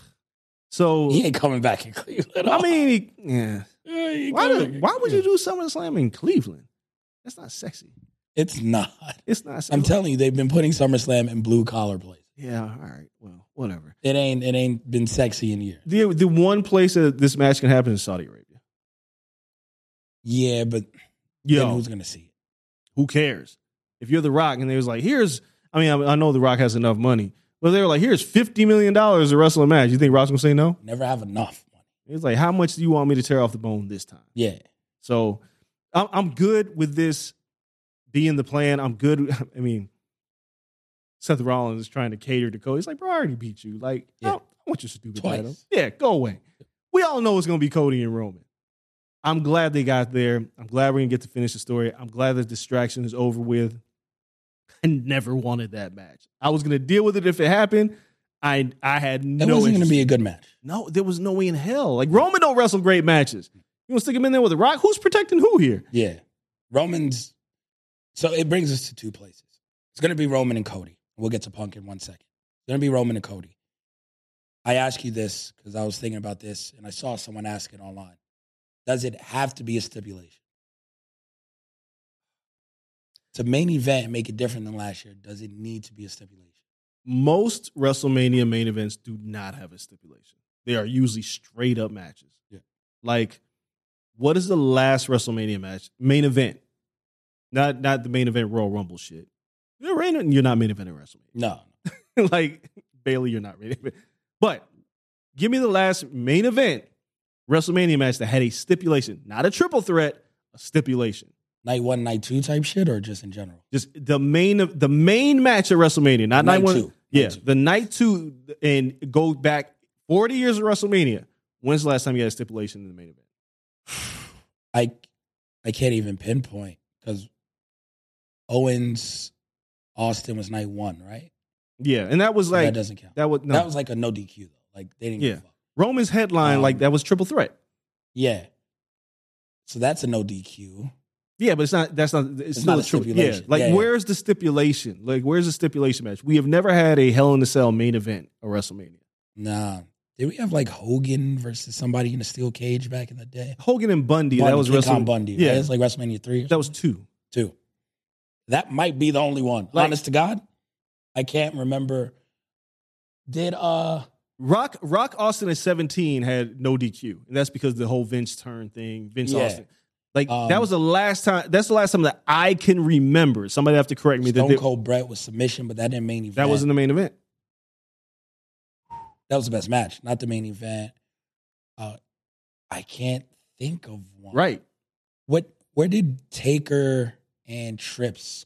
[SPEAKER 3] So
[SPEAKER 2] He ain't coming back in Cleveland.
[SPEAKER 3] I mean he- yeah.
[SPEAKER 2] Yeah, he
[SPEAKER 3] Why,
[SPEAKER 2] coming-
[SPEAKER 3] do- why would you do SummerSlam in Cleveland? That's not sexy.
[SPEAKER 2] It's not.
[SPEAKER 3] It's not sexy.
[SPEAKER 2] I'm telling you, they've been putting SummerSlam in blue collar places.
[SPEAKER 3] Yeah, all right. Well, whatever.
[SPEAKER 2] It ain't. It ain't been sexy in years.
[SPEAKER 3] the the one place that this match can happen is Saudi Arabia.
[SPEAKER 2] Yeah, but then
[SPEAKER 3] Yo,
[SPEAKER 2] who's gonna see it?
[SPEAKER 3] who cares? If you're The Rock and they was like, here's, I mean, I, I know The Rock has enough money, but they were like, here's fifty million dollars to wrestle a match. You think Rock's gonna say no?
[SPEAKER 2] Never have enough money.
[SPEAKER 3] He's like, how much do you want me to tear off the bone this time?
[SPEAKER 2] Yeah.
[SPEAKER 3] So I'm, I'm good with this being the plan. I'm good. I mean, Seth Rollins is trying to cater to Cody. He's like, bro, I already beat you. Like, I,
[SPEAKER 2] Yeah.
[SPEAKER 3] don't, I want your stupid
[SPEAKER 2] Twice.
[SPEAKER 3] title. Yeah, go away. We all know it's going to be Cody and Roman. I'm glad they got there. I'm glad we're going to get to finish the story. I'm glad the distraction is over with. I never wanted that match. I was going to deal with it if it happened. I I had no.
[SPEAKER 2] It wasn't going
[SPEAKER 3] interest.
[SPEAKER 2] to be a good match.
[SPEAKER 3] No, there was no way in hell. Like Roman don't wrestle great matches. You want to stick him in there with a rock? Who's protecting who here?
[SPEAKER 2] Yeah. Romans. So it brings us to two places. It's going to be Roman and Cody. We'll get to Punk in one second. gonna be Roman and Cody. I ask you this because I was thinking about this and I saw someone ask it online. Does it have to be a stipulation? To main event and make it different than last year, does it need to be a stipulation?
[SPEAKER 3] Most WrestleMania main events do not have a stipulation. They are usually straight up matches.
[SPEAKER 2] Yeah.
[SPEAKER 3] Like, what is the last WrestleMania match main event? Not not the main event Royal Rumble shit. You're reigning- you're not main event at WrestleMania.
[SPEAKER 2] No.
[SPEAKER 3] like Bailey, you're not main event. But give me the last main event WrestleMania match that had a stipulation, not a triple threat, a stipulation.
[SPEAKER 2] Night one, night two type shit or just in general?
[SPEAKER 3] Just the main of the main match at WrestleMania, not night,
[SPEAKER 2] Night
[SPEAKER 3] one.
[SPEAKER 2] two.
[SPEAKER 3] Yeah,
[SPEAKER 2] Night two.
[SPEAKER 3] the night two, and go back forty years of WrestleMania. When's the last time you had a stipulation in the main event?
[SPEAKER 2] I I can't even pinpoint because Owens Austin was night one, right?
[SPEAKER 3] Yeah, and that was
[SPEAKER 2] So
[SPEAKER 3] like
[SPEAKER 2] that doesn't count. That,
[SPEAKER 3] that was no
[SPEAKER 2] was like a no DQ though. Like they didn't give
[SPEAKER 3] Yeah.
[SPEAKER 2] a fuck.
[SPEAKER 3] Roman's headline
[SPEAKER 2] Um,
[SPEAKER 3] like that was triple threat.
[SPEAKER 2] Yeah. So that's a no DQ.
[SPEAKER 3] Yeah, but it's not. That's not. It's,
[SPEAKER 2] It's
[SPEAKER 3] still
[SPEAKER 2] not
[SPEAKER 3] a
[SPEAKER 2] a
[SPEAKER 3] triple. Yeah,
[SPEAKER 2] stipulation.
[SPEAKER 3] like
[SPEAKER 2] Yeah, yeah.
[SPEAKER 3] where's the stipulation? Like where's the stipulation match? We have never had a Hell in a Cell main event at WrestleMania.
[SPEAKER 2] Nah. Did we have like Hogan versus somebody in a steel cage back in the day?
[SPEAKER 3] Hogan and Bundy. that was
[SPEAKER 2] King Kong
[SPEAKER 3] WrestleMania.
[SPEAKER 2] Bundy. Yeah,
[SPEAKER 3] Yeah,
[SPEAKER 2] it's like WrestleMania three. Or
[SPEAKER 3] that was two.
[SPEAKER 2] two. That might be the only one.
[SPEAKER 3] Like-
[SPEAKER 2] Honest to God, I can't remember. Did uh
[SPEAKER 3] Rock Rock Austin at seventeen had no DQ, and that's because the whole Vince turn thing. Vince
[SPEAKER 2] Yeah.
[SPEAKER 3] Austin. Like
[SPEAKER 2] Um,
[SPEAKER 3] that was the last time. That's the last time that I can remember. Somebody have to correct me. that
[SPEAKER 2] Stone
[SPEAKER 3] they-
[SPEAKER 2] Cold Brett was submission, but that didn't main event.
[SPEAKER 3] that wasn't the main event.
[SPEAKER 2] that was the best match, not the main event. Uh, I can't think of one.
[SPEAKER 3] Right.
[SPEAKER 2] What? Where did Taker and Trips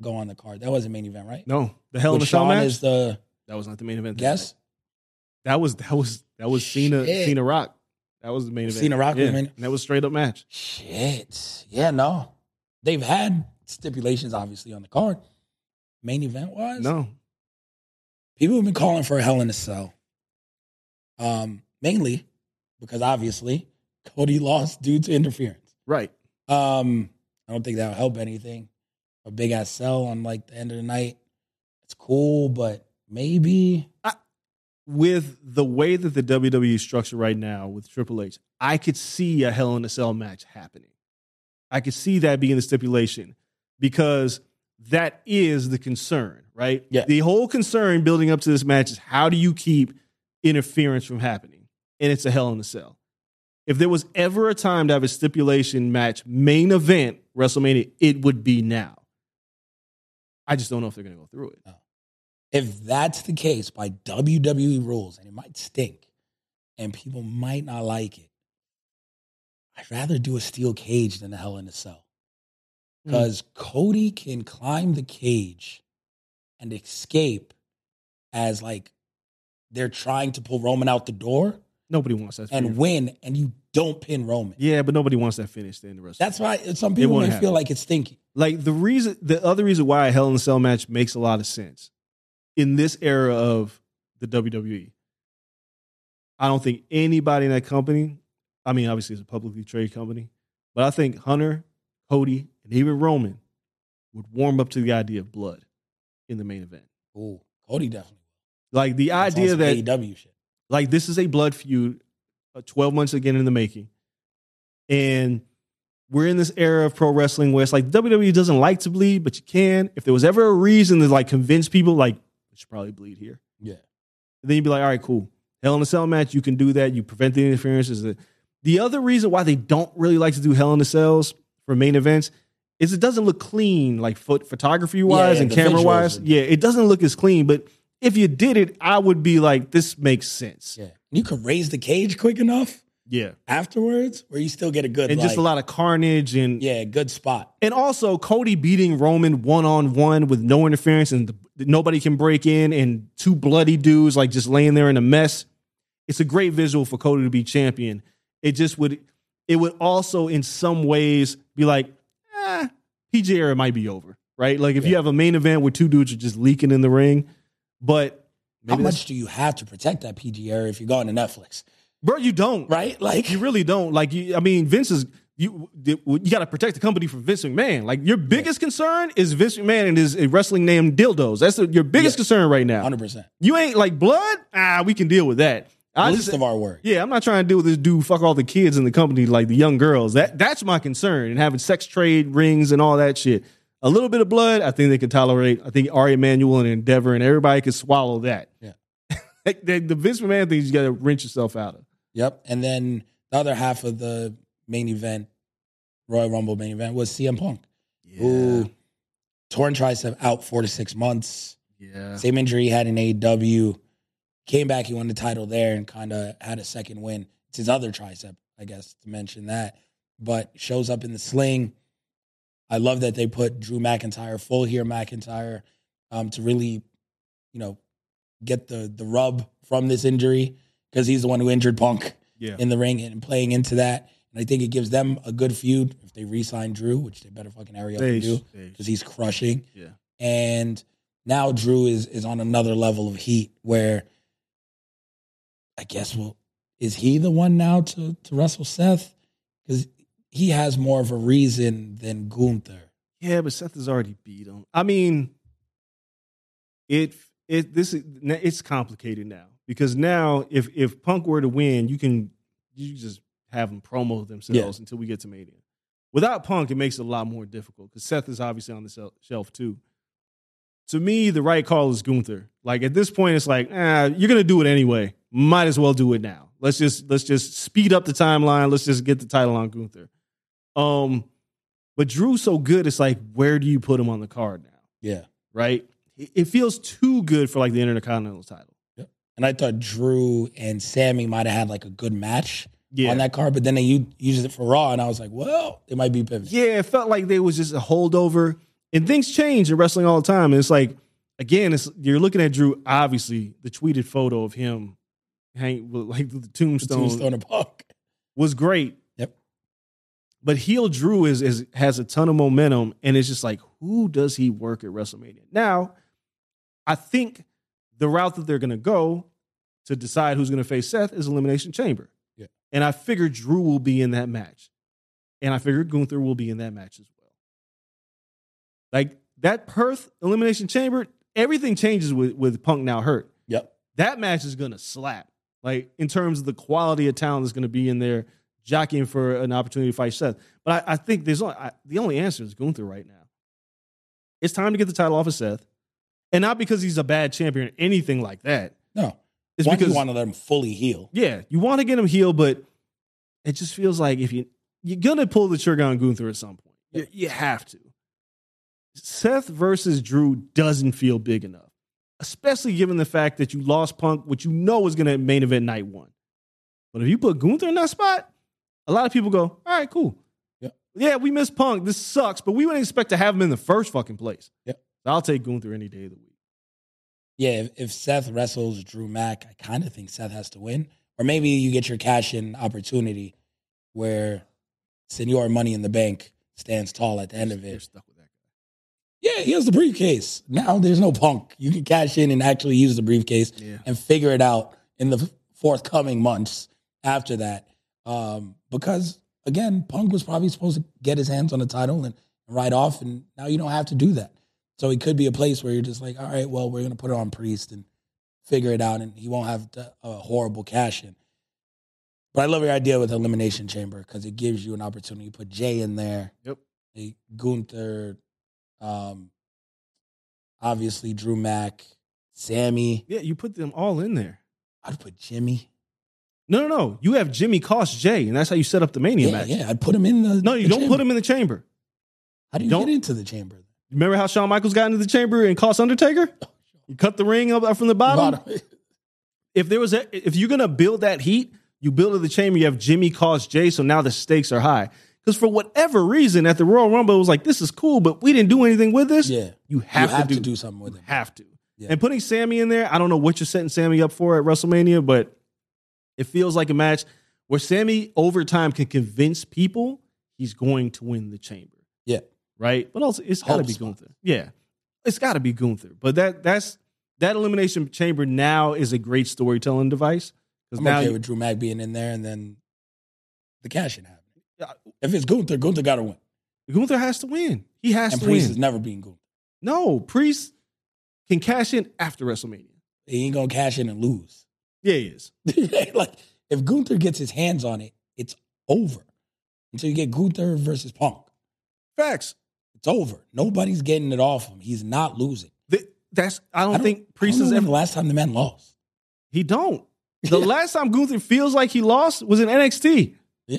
[SPEAKER 2] go on the card? That wasn't main event, right?
[SPEAKER 3] No, the Hell in
[SPEAKER 2] With
[SPEAKER 3] a Cell
[SPEAKER 2] Shawn
[SPEAKER 3] match.
[SPEAKER 2] is the
[SPEAKER 3] that was not the main event.
[SPEAKER 2] guess.
[SPEAKER 3] That was that was that was Cena
[SPEAKER 2] Shit.
[SPEAKER 3] Cena Rock. That was the main event.
[SPEAKER 2] Cena Rock was
[SPEAKER 3] yeah.
[SPEAKER 2] the main-
[SPEAKER 3] And that was straight up match.
[SPEAKER 2] Shit. Yeah. No, they've had stipulations obviously on the card. Main event was
[SPEAKER 3] No,
[SPEAKER 2] people have been calling for a Hell in a Cell. Um, mainly because obviously Cody lost due to interference.
[SPEAKER 3] right.
[SPEAKER 2] Um, I don't think that'll help anything. A big ass cell on like the end of the night. It's cool, but maybe
[SPEAKER 3] With the way that the WWE is structured right now with Triple H, I could see a Hell in a Cell match happening. I could see that being the stipulation because that is the concern, right?
[SPEAKER 2] Yeah.
[SPEAKER 3] The whole concern building up to this match is how do you keep interference from happening? And it's a Hell in a Cell. If there was ever a time to have a stipulation match main event WrestleMania, it would be now. I just don't know if they're going to go through it.
[SPEAKER 2] if that's the case by WWE rules, and it might stink, and people might not like it, I'd rather do a steel cage than a hell in a cell. Because Cody can climb the cage and escape as like they're trying to pull Roman out the door
[SPEAKER 3] Nobody wants that. finish.
[SPEAKER 2] and win, and you don't pin Roman.
[SPEAKER 3] yeah, but nobody wants that finish then the rest.
[SPEAKER 2] That's why some
[SPEAKER 3] It
[SPEAKER 2] people
[SPEAKER 3] won't
[SPEAKER 2] may
[SPEAKER 3] happen.
[SPEAKER 2] feel like it's stinky.
[SPEAKER 3] like the reason the other reason why a Hell in a Cell match makes a lot of sense in this era of the WWE. I don't think anybody in that company, I mean, obviously it's a publicly traded company, but I think Hunter, Cody, and even Roman would warm up to the idea of blood in the main event.
[SPEAKER 2] Ooh, Cody definitely.
[SPEAKER 3] Like the
[SPEAKER 2] That's
[SPEAKER 3] idea
[SPEAKER 2] on some
[SPEAKER 3] that
[SPEAKER 2] AEW shit.
[SPEAKER 3] like this is a blood feud, uh, twelve months again in the making, and we're in this era of pro wrestling where it's like WWE doesn't like to bleed, but you can. If there was ever a reason to like convince people, like you should probably bleed here,
[SPEAKER 2] Yeah.
[SPEAKER 3] then you'd be like, all right, cool. Hell in a Cell match, you can do that. You prevent the interferences. The other reason why they don't really like to do Hell in a Cells for main events is it doesn't look clean, like phot- photography wise
[SPEAKER 2] Yeah,
[SPEAKER 3] and
[SPEAKER 2] the
[SPEAKER 3] camera wise.
[SPEAKER 2] visuals and-
[SPEAKER 3] Yeah, it doesn't look as clean, but if you did it, I would be like, this makes sense.
[SPEAKER 2] Yeah. You could raise the cage quick enough
[SPEAKER 3] yeah.
[SPEAKER 2] afterwards where you still get a good
[SPEAKER 3] and just
[SPEAKER 2] like-
[SPEAKER 3] a lot of carnage and
[SPEAKER 2] Yeah, good spot.
[SPEAKER 3] and also Cody beating Roman one on one with no interference and the, nobody can break in and two bloody dudes like just laying there in a mess. It's a great visual for Cody to be champion. It just would it would also in some ways be like eh, PJ era might be over, right? Like if you
[SPEAKER 2] Yeah.
[SPEAKER 3] have a main event where two dudes are just leaking in the ring, but
[SPEAKER 2] How
[SPEAKER 3] maybe that's-
[SPEAKER 2] much do you have to protect that PG area if you're going to Netflix?
[SPEAKER 3] bro, you don't
[SPEAKER 2] Right? Like
[SPEAKER 3] You really don't like. You, I mean, Vince is. you you got to protect the company from Vince McMahon. Like your biggest concern is Vince McMahon and his wrestling name dildos. That's your biggest
[SPEAKER 2] Yeah.
[SPEAKER 3] concern right now.
[SPEAKER 2] hundred percent.
[SPEAKER 3] You ain't like blood. Ah, we can deal with that. I
[SPEAKER 2] Least
[SPEAKER 3] just,
[SPEAKER 2] of our worry.
[SPEAKER 3] yeah, I'm not trying to deal with this dude. Fuck all the kids in the company, like the young girls. That that's my concern, and having sex trade rings and all that shit. A little bit of blood, I think they can tolerate. I think Ari Emanuel and Endeavor and everybody can swallow that.
[SPEAKER 2] Yeah.
[SPEAKER 3] Like, the, the Vince McMahon thing, you got to wrench yourself out of.
[SPEAKER 2] Yep. And then the other half of the main event, Royal Rumble main event, was CM Punk, who torn tricep out four to six months.
[SPEAKER 3] yeah.
[SPEAKER 2] Same injury he had in AEW. Came back, he won the title there and kind of had a second win. It's his other tricep, I guess, to mention that. But shows up in the sling. I love that they put Drew McIntyre, full here McIntyre, um, to really, you know, get the the rub from this injury because he's the one who injured Punk
[SPEAKER 3] Yeah.
[SPEAKER 2] in the ring and playing into that. And I think it gives them a good feud if they re-sign Drew, which they better fucking hurry up
[SPEAKER 3] They-
[SPEAKER 2] and do
[SPEAKER 3] they-
[SPEAKER 2] because he's crushing.
[SPEAKER 3] Yeah.
[SPEAKER 2] And now Drew is is on another level of heat where I guess well is he the one now to to wrestle Seth? Because he has more of a reason than Gunther.
[SPEAKER 3] Yeah, but Seth has already beat him. I mean, it it this is it's complicated now because now if if Punk were to win, you can you just have them promo themselves until we get to Mania. Without Punk, it makes it a lot more difficult because Seth is obviously on the sel- shelf too. To me, the right call is Gunther. Like at this point, it's like, ah, you're gonna do it anyway. Might as well do it now. Let's just let's just speed up the timeline. Let's just get the title on Gunther. Um, but Drew's so good, it's like, where do you put him on the card now?
[SPEAKER 2] Yeah.
[SPEAKER 3] Right? It it feels too good for like the Intercontinental title.
[SPEAKER 2] And I thought Drew and Sammy might have had like a good match
[SPEAKER 3] Yeah.
[SPEAKER 2] on that card, but then they u- used it for Raw, and I was like, well, it might be pivoting.
[SPEAKER 3] Yeah, it felt like they was just a holdover. And things change in wrestling all the time. And it's like, again, it's you're looking at Drew, obviously, the tweeted photo of him hang with like the
[SPEAKER 2] The
[SPEAKER 3] tombstone,
[SPEAKER 2] Tombstone and Punk.
[SPEAKER 3] was great.
[SPEAKER 2] Yep.
[SPEAKER 3] But heel Drew is, is has a ton of momentum, and it's just like, who does he work at WrestleMania? Now, I think the route that they're gonna go to decide who's gonna face Seth is Elimination Chamber.
[SPEAKER 2] Yeah.
[SPEAKER 3] And I figure Drew will be in that match. And I figured Gunther will be in that match as well. Like that Perth Elimination Chamber, everything changes with, with Punk now hurt
[SPEAKER 2] Yep.
[SPEAKER 3] that match is gonna slap. Like in terms of the quality of talent that's gonna be in there, jockeying for an opportunity to fight Seth. But I, I think there's only, I, the only answer is Gunther right now. It's time to get the title off of Seth, and not because he's a bad champion or anything like that.
[SPEAKER 2] No.
[SPEAKER 3] It's
[SPEAKER 2] One,
[SPEAKER 3] because
[SPEAKER 2] you want to let him fully heal.
[SPEAKER 3] yeah, you want to get him healed, but it just feels like if you you're gonna pull the trigger on Gunther at some point, you, you have to. Seth versus Drew doesn't feel big enough, especially given the fact that you lost Punk, which you know is gonna main event night one. But if you put Gunther in that spot, a lot of people go, "All right, cool,
[SPEAKER 2] Yeah.
[SPEAKER 3] yeah, we missed Punk. This sucks, but we wouldn't expect to have him in the first fucking place."
[SPEAKER 2] Yeah.
[SPEAKER 3] So I'll take Gunther any day of the week.
[SPEAKER 2] Yeah, if, if Seth wrestles Drew Mack, I kind of think Seth has to win. Or maybe you get your cash in opportunity where Senor Money in the Bank stands tall at the end of
[SPEAKER 3] They're
[SPEAKER 2] it.
[SPEAKER 3] stuck with that.
[SPEAKER 2] Yeah, he has the briefcase. Now there's no punk. You can cash in and actually use the briefcase
[SPEAKER 3] Yeah.
[SPEAKER 2] and figure it out in the forthcoming months after that. Um, because again, Punk was probably supposed to get his hands on the title and ride off, and now you don't have to do that. So it could be a place where you're just like, all right, well, we're gonna put it on Priest and figure it out, and he won't have to- a horrible cash in. But I love your idea with Elimination Chamber because it gives you an opportunity. You put Jay in there.
[SPEAKER 3] Yep.
[SPEAKER 2] Hey, Gunther, um, obviously Drew Mack, Sammy.
[SPEAKER 3] Yeah, you put them all in there.
[SPEAKER 2] I'd put Jimmy.
[SPEAKER 3] No, no, no. You have Jimmy cost Jay, and that's how you set up the Mania
[SPEAKER 2] Yeah,
[SPEAKER 3] match.
[SPEAKER 2] yeah, I'd put him in the.
[SPEAKER 3] No, you
[SPEAKER 2] the
[SPEAKER 3] don't
[SPEAKER 2] chamber.
[SPEAKER 3] put him in the chamber.
[SPEAKER 2] How do you
[SPEAKER 3] don't-
[SPEAKER 2] get into the chamber?
[SPEAKER 3] Remember how Shawn Michaels got into the chamber and cost Undertaker? You cut the ring up, up from the bottom.
[SPEAKER 2] Bottom.
[SPEAKER 3] If there was a, if you're gonna build that heat, you build it in the chamber. You have Jimmy cost Jay, so now the stakes are high. Because for whatever reason, at the Royal Rumble, it was like this is cool, but we didn't do anything with this.
[SPEAKER 2] Yeah,
[SPEAKER 3] you have,
[SPEAKER 2] you have
[SPEAKER 3] to,
[SPEAKER 2] to
[SPEAKER 3] do,
[SPEAKER 2] do something with him.
[SPEAKER 3] have to.
[SPEAKER 2] Yeah.
[SPEAKER 3] And putting Sammy in there, I don't know what you're setting Sammy up for at WrestleMania, but it feels like a match where Sammy over time can convince people he's going to win the chamber.
[SPEAKER 2] Yeah.
[SPEAKER 3] Right? But also it's gotta
[SPEAKER 2] Hope
[SPEAKER 3] be
[SPEAKER 2] so.
[SPEAKER 3] Gunther. Yeah. It's gotta be Gunther. But that that's that elimination chamber now is a great storytelling device. Because
[SPEAKER 2] I'm
[SPEAKER 3] now
[SPEAKER 2] okay
[SPEAKER 3] you-
[SPEAKER 2] with Drew Mack being in there, and then the cash in happening. If it's Gunther, Gunther got to win.
[SPEAKER 3] Gunther has to win. He has
[SPEAKER 2] And
[SPEAKER 3] to
[SPEAKER 2] Priest
[SPEAKER 3] win.
[SPEAKER 2] has never been Gunther.
[SPEAKER 3] no, Priest can cash in after WrestleMania.
[SPEAKER 2] He ain't gonna cash in and lose.
[SPEAKER 3] Yeah, he is.
[SPEAKER 2] like if Gunther gets his hands on it, it's over. Until you get Gunther versus Punk,
[SPEAKER 3] Facts.
[SPEAKER 2] it's over. Nobody's getting it off him. He's not losing.
[SPEAKER 3] Th- that's I don't,
[SPEAKER 2] I don't-
[SPEAKER 3] think Priest
[SPEAKER 2] I don't
[SPEAKER 3] is
[SPEAKER 2] know when
[SPEAKER 3] ever.
[SPEAKER 2] the last time the man lost.
[SPEAKER 3] He don't. The last time Gunther feels like he lost was in NXT.
[SPEAKER 2] Yeah,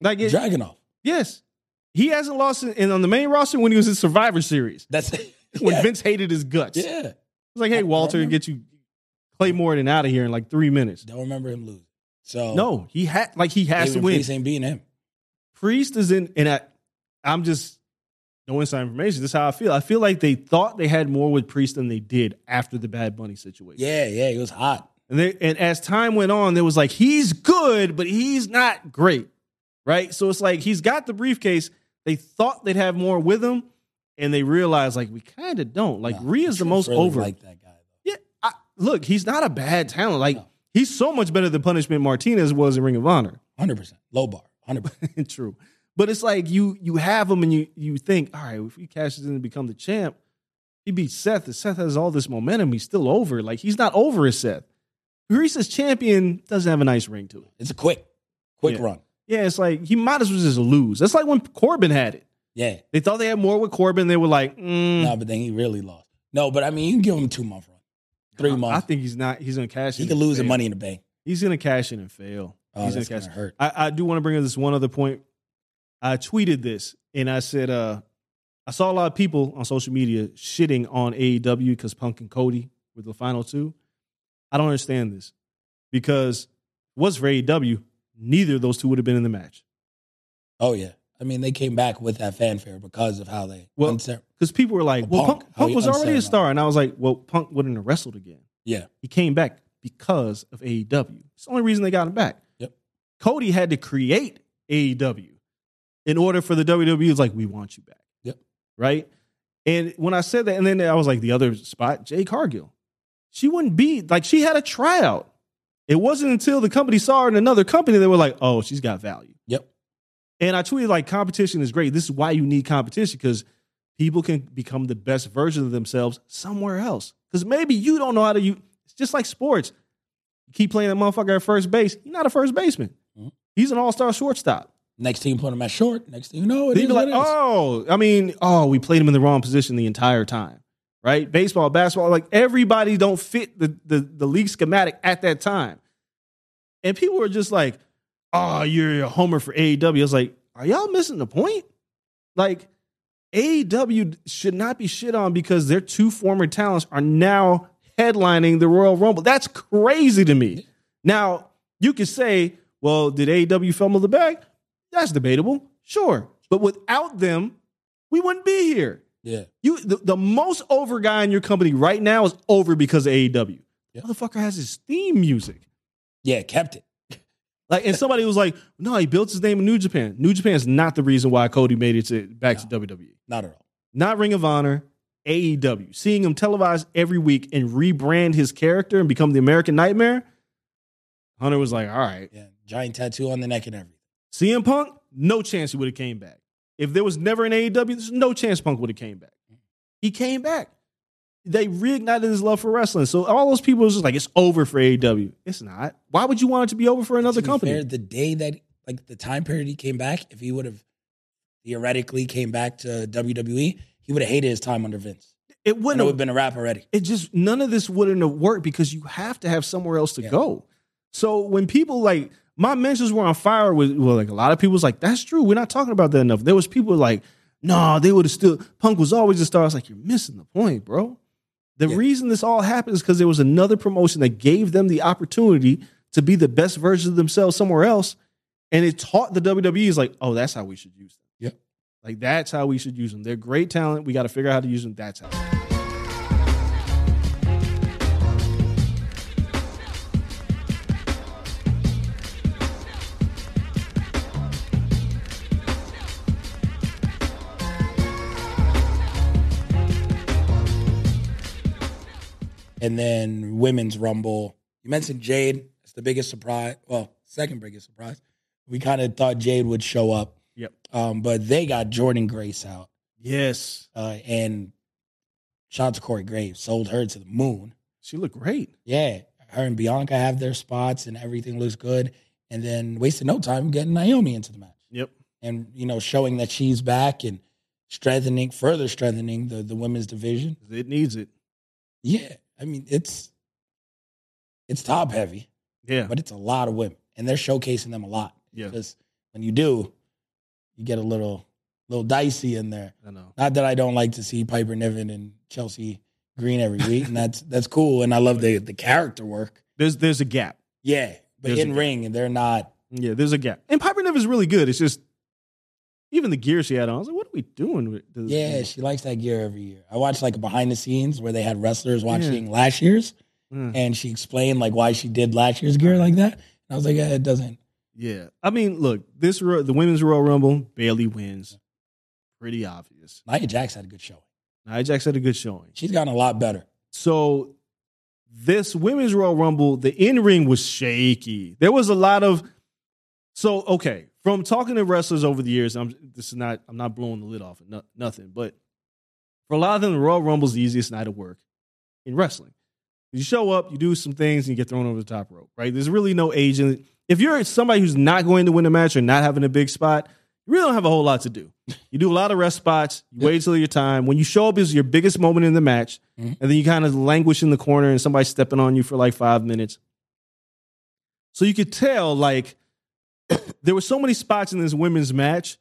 [SPEAKER 3] Like it,
[SPEAKER 2] Dragunov.
[SPEAKER 3] yes, he hasn't lost in, in- on the main roster when he was in Survivor Series
[SPEAKER 2] That's
[SPEAKER 3] when
[SPEAKER 2] yeah.
[SPEAKER 3] Vince hated his guts. It's
[SPEAKER 2] Yeah,
[SPEAKER 3] like, hey, Walter,
[SPEAKER 2] remember.
[SPEAKER 3] get you Clay Morton out of here in like three minutes.
[SPEAKER 2] don't remember him losing. So
[SPEAKER 3] No, he had like he has to
[SPEAKER 2] David
[SPEAKER 3] win.
[SPEAKER 2] Priest ain't beating him.
[SPEAKER 3] Priest is in, and I, I'm just no inside information. This is how I feel. I feel like they thought they had more with Priest than they did after the Bad Bunny situation.
[SPEAKER 2] Yeah, yeah, he was hot.
[SPEAKER 3] And, they, and as time went on, there was like he's good, but he's not great, right? So it's like he's got the briefcase. They thought they'd have more with him, and they realized like we kind of don't. Like
[SPEAKER 2] Nah,
[SPEAKER 3] Rhea's the
[SPEAKER 2] Tripp
[SPEAKER 3] most
[SPEAKER 2] really
[SPEAKER 3] over.
[SPEAKER 2] Like that guy.
[SPEAKER 3] yeah, I, look, he's not a bad talent. Like
[SPEAKER 2] No.
[SPEAKER 3] he's so much better than Punishment Martinez was in Ring of Honor.
[SPEAKER 2] Hundred percent low bar. Hundred percent.
[SPEAKER 3] True. But it's like you you have him and you you think, all right, if he cashes in and become the champ, he beats Seth. And Seth has all this momentum. He's still over. Like he's not over as Seth. Greece as champion doesn't have a nice ring to it.
[SPEAKER 2] It's a quick, quick
[SPEAKER 3] Yeah.
[SPEAKER 2] run.
[SPEAKER 3] Yeah, it's like he might as well just lose. That's like when Corbin had it.
[SPEAKER 2] Yeah.
[SPEAKER 3] They thought they had more with Corbin. They were like, mm,
[SPEAKER 2] No, but then he really lost. No, but I mean, you can give him two month run, three
[SPEAKER 3] I- I,
[SPEAKER 2] months.
[SPEAKER 3] think he's not. He's gonna cash.
[SPEAKER 2] He
[SPEAKER 3] in
[SPEAKER 2] could
[SPEAKER 3] and
[SPEAKER 2] lose the
[SPEAKER 3] fail.
[SPEAKER 2] money in the bank.
[SPEAKER 3] He's gonna cash in and fail.
[SPEAKER 2] Oh,
[SPEAKER 3] he's
[SPEAKER 2] that's
[SPEAKER 3] gonna
[SPEAKER 2] gonna
[SPEAKER 3] cash.
[SPEAKER 2] hurt.
[SPEAKER 3] I, I do want to bring up this one other point. I tweeted this and I said, uh, I saw a lot of people on social media shitting on AEW because Punk and Cody were the final two. I don't understand this because it was for AEW, neither of those two would have been in the match
[SPEAKER 2] Oh yeah. I mean, they came back with that fanfare because of how they.
[SPEAKER 3] Well-
[SPEAKER 2] uncer-
[SPEAKER 3] because people were like,
[SPEAKER 2] Well,
[SPEAKER 3] well, Punk,
[SPEAKER 2] Punk, how
[SPEAKER 3] Punk,
[SPEAKER 2] he
[SPEAKER 3] was already a
[SPEAKER 2] uncertain.
[SPEAKER 3] star. And I was like, well, Punk wouldn't have wrestled again.
[SPEAKER 2] yeah,
[SPEAKER 3] He came back because of AEW. It's the only reason they got him back.
[SPEAKER 2] Yep.
[SPEAKER 3] Cody had to create AEW in order for the WWE. It's like, we want you back.
[SPEAKER 2] Yep.
[SPEAKER 3] Right? And when I said that, and then I was like, the other spot, Jay Cargill. She wouldn't be like she had a tryout. It wasn't until the company saw her in another company they were like, oh, she's got value.
[SPEAKER 2] Yep.
[SPEAKER 3] And I tweeted like competition is great. This is why you need competition, because people can become the best version of themselves somewhere else. Because maybe you don't know how to you. It's just like sports. You keep playing that motherfucker at first base. He's not a first baseman.
[SPEAKER 2] Mhm.
[SPEAKER 3] He's an all star shortstop.
[SPEAKER 2] next team put him at short. Next thing you know, it
[SPEAKER 3] They'd
[SPEAKER 2] is
[SPEAKER 3] be like,
[SPEAKER 2] what it is.
[SPEAKER 3] oh, I mean, oh, we played him in the wrong position the entire time. Right? Baseball, basketball, like everybody don't fit the the, the league schematic at that time. And people were just like, oh, you're a homer for AEW. I was like, are y'all missing the point? Like, AEW should not be shit on because their two former talents are now headlining the Royal Rumble. That's crazy to me. Now, you could say, well, did AEW fumble the bag? That's debatable. Sure. But without them, we wouldn't be here.
[SPEAKER 2] yeah,
[SPEAKER 3] You the, the most over guy in your company right now is over because of AEW.
[SPEAKER 2] Yeah.
[SPEAKER 3] Motherfucker has his theme music.
[SPEAKER 2] yeah, kept it.
[SPEAKER 3] Like, and somebody was like, no, he built his name in New Japan. New Japan is not the reason why Cody made it to, back to WWE.
[SPEAKER 2] Not at all.
[SPEAKER 3] Not Ring of Honor, AEW. Seeing him televised every week and rebrand his character and become the American Nightmare. Hunter was like, all right.
[SPEAKER 2] Yeah, giant tattoo on the neck and everything.
[SPEAKER 3] CM Punk, no chance he would have came back. If there was never an AEW, there's no chance Punk would have came back. He came back. They reignited his love for wrestling. So all those people was just like, it's over for AEW. It's not. Why would you want it to be over for another
[SPEAKER 2] To be
[SPEAKER 3] company?
[SPEAKER 2] fair, the day that, like, the time period he came back, if he would have theoretically came back to WWE, he would have hated his time under Vince.
[SPEAKER 3] it
[SPEAKER 2] And it
[SPEAKER 3] wouldn't
[SPEAKER 2] would
[SPEAKER 3] have
[SPEAKER 2] have been a wrap already.
[SPEAKER 3] it just none of this wouldn't have worked because you have to have somewhere else to
[SPEAKER 2] Yeah.
[SPEAKER 3] go. So when people like my mentions were on fire with well, like a lot of people was like, that's true. We're not talking about that enough. There was people like, no, they would have still punk was always a star. I was like, you're missing the point, bro. The
[SPEAKER 2] Yeah.
[SPEAKER 3] reason this all happened is because there was another promotion that gave them the opportunity to be the best version of themselves somewhere else. And it taught the WWE is like, oh, that's how we should use them.
[SPEAKER 2] Yep.
[SPEAKER 3] Like that's how we should use them. They're great talent. We got to figure out how to use them. That's how.
[SPEAKER 2] and then women's rumble. You mentioned Jade. It's the biggest surprise. Well, second biggest surprise. We kind of thought Jade would show up.
[SPEAKER 3] Yep.
[SPEAKER 2] Um, but they got Jordan Grace out,
[SPEAKER 3] Yes.
[SPEAKER 2] uh, and shout out to Corey Graves sold her to the moon.
[SPEAKER 3] She looked great.
[SPEAKER 2] Yeah, her and Bianca have their spots, and everything looks good. And then wasted no time getting Naomi into the match,
[SPEAKER 3] Yep.
[SPEAKER 2] and you know showing that she's back and strengthening, further strengthening the the women's division.
[SPEAKER 3] It needs it.
[SPEAKER 2] Yeah, I mean it's it's top heavy,
[SPEAKER 3] Yeah.
[SPEAKER 2] but it's a lot of women, and they're showcasing them a lot.
[SPEAKER 3] Yeah.
[SPEAKER 2] Because when you do, you get a little little dicey in there.
[SPEAKER 3] I know.
[SPEAKER 2] Not that I don't like to see Piper Niven and Chelsea Green every week, and that's that's cool, and I love the the character work.
[SPEAKER 3] There's there's a gap.
[SPEAKER 2] Yeah, but
[SPEAKER 3] There's a
[SPEAKER 2] in
[SPEAKER 3] gap.
[SPEAKER 2] ring, and they're not.
[SPEAKER 3] Yeah, there's a gap. And Piper Never's really good. It's just even the gear she had on. I was like, what are we doing with this?
[SPEAKER 2] Yeah, she likes that gear every year. I watched like a behind the scenes where they had wrestlers
[SPEAKER 3] Yeah.
[SPEAKER 2] watching last year's,
[SPEAKER 3] Mm.
[SPEAKER 2] and she explained like why she did last year's gear like that. And I was like, yeah, it doesn't.
[SPEAKER 3] Yeah. I mean, look, this Ro- the women's Royal Rumble, Bailey wins. Pretty obvious.
[SPEAKER 2] Nia Jax had a good show.
[SPEAKER 3] Nia Jax had a good showing.
[SPEAKER 2] She's gotten a lot better.
[SPEAKER 3] So this women's Royal Rumble, the in ring was shaky. There was a lot of so okay. From talking to wrestlers over the years, I'm this is not I'm not blowing the lid off no, nothing, but for a lot of them, the Royal Rumble's the easiest night of work in wrestling. You show up, you do some things, and you get thrown over the top rope. Right? There's really no agent. If you're somebody who's not going to win a match or not having a big spot, you really don't have a whole lot to do. You do a lot of rest spots. You wait till your time. When you show up is your biggest moment in the match and then you kind of languish in the corner and somebody's stepping on you for like five minutes. So you could tell, like, there were so many spots in this women's match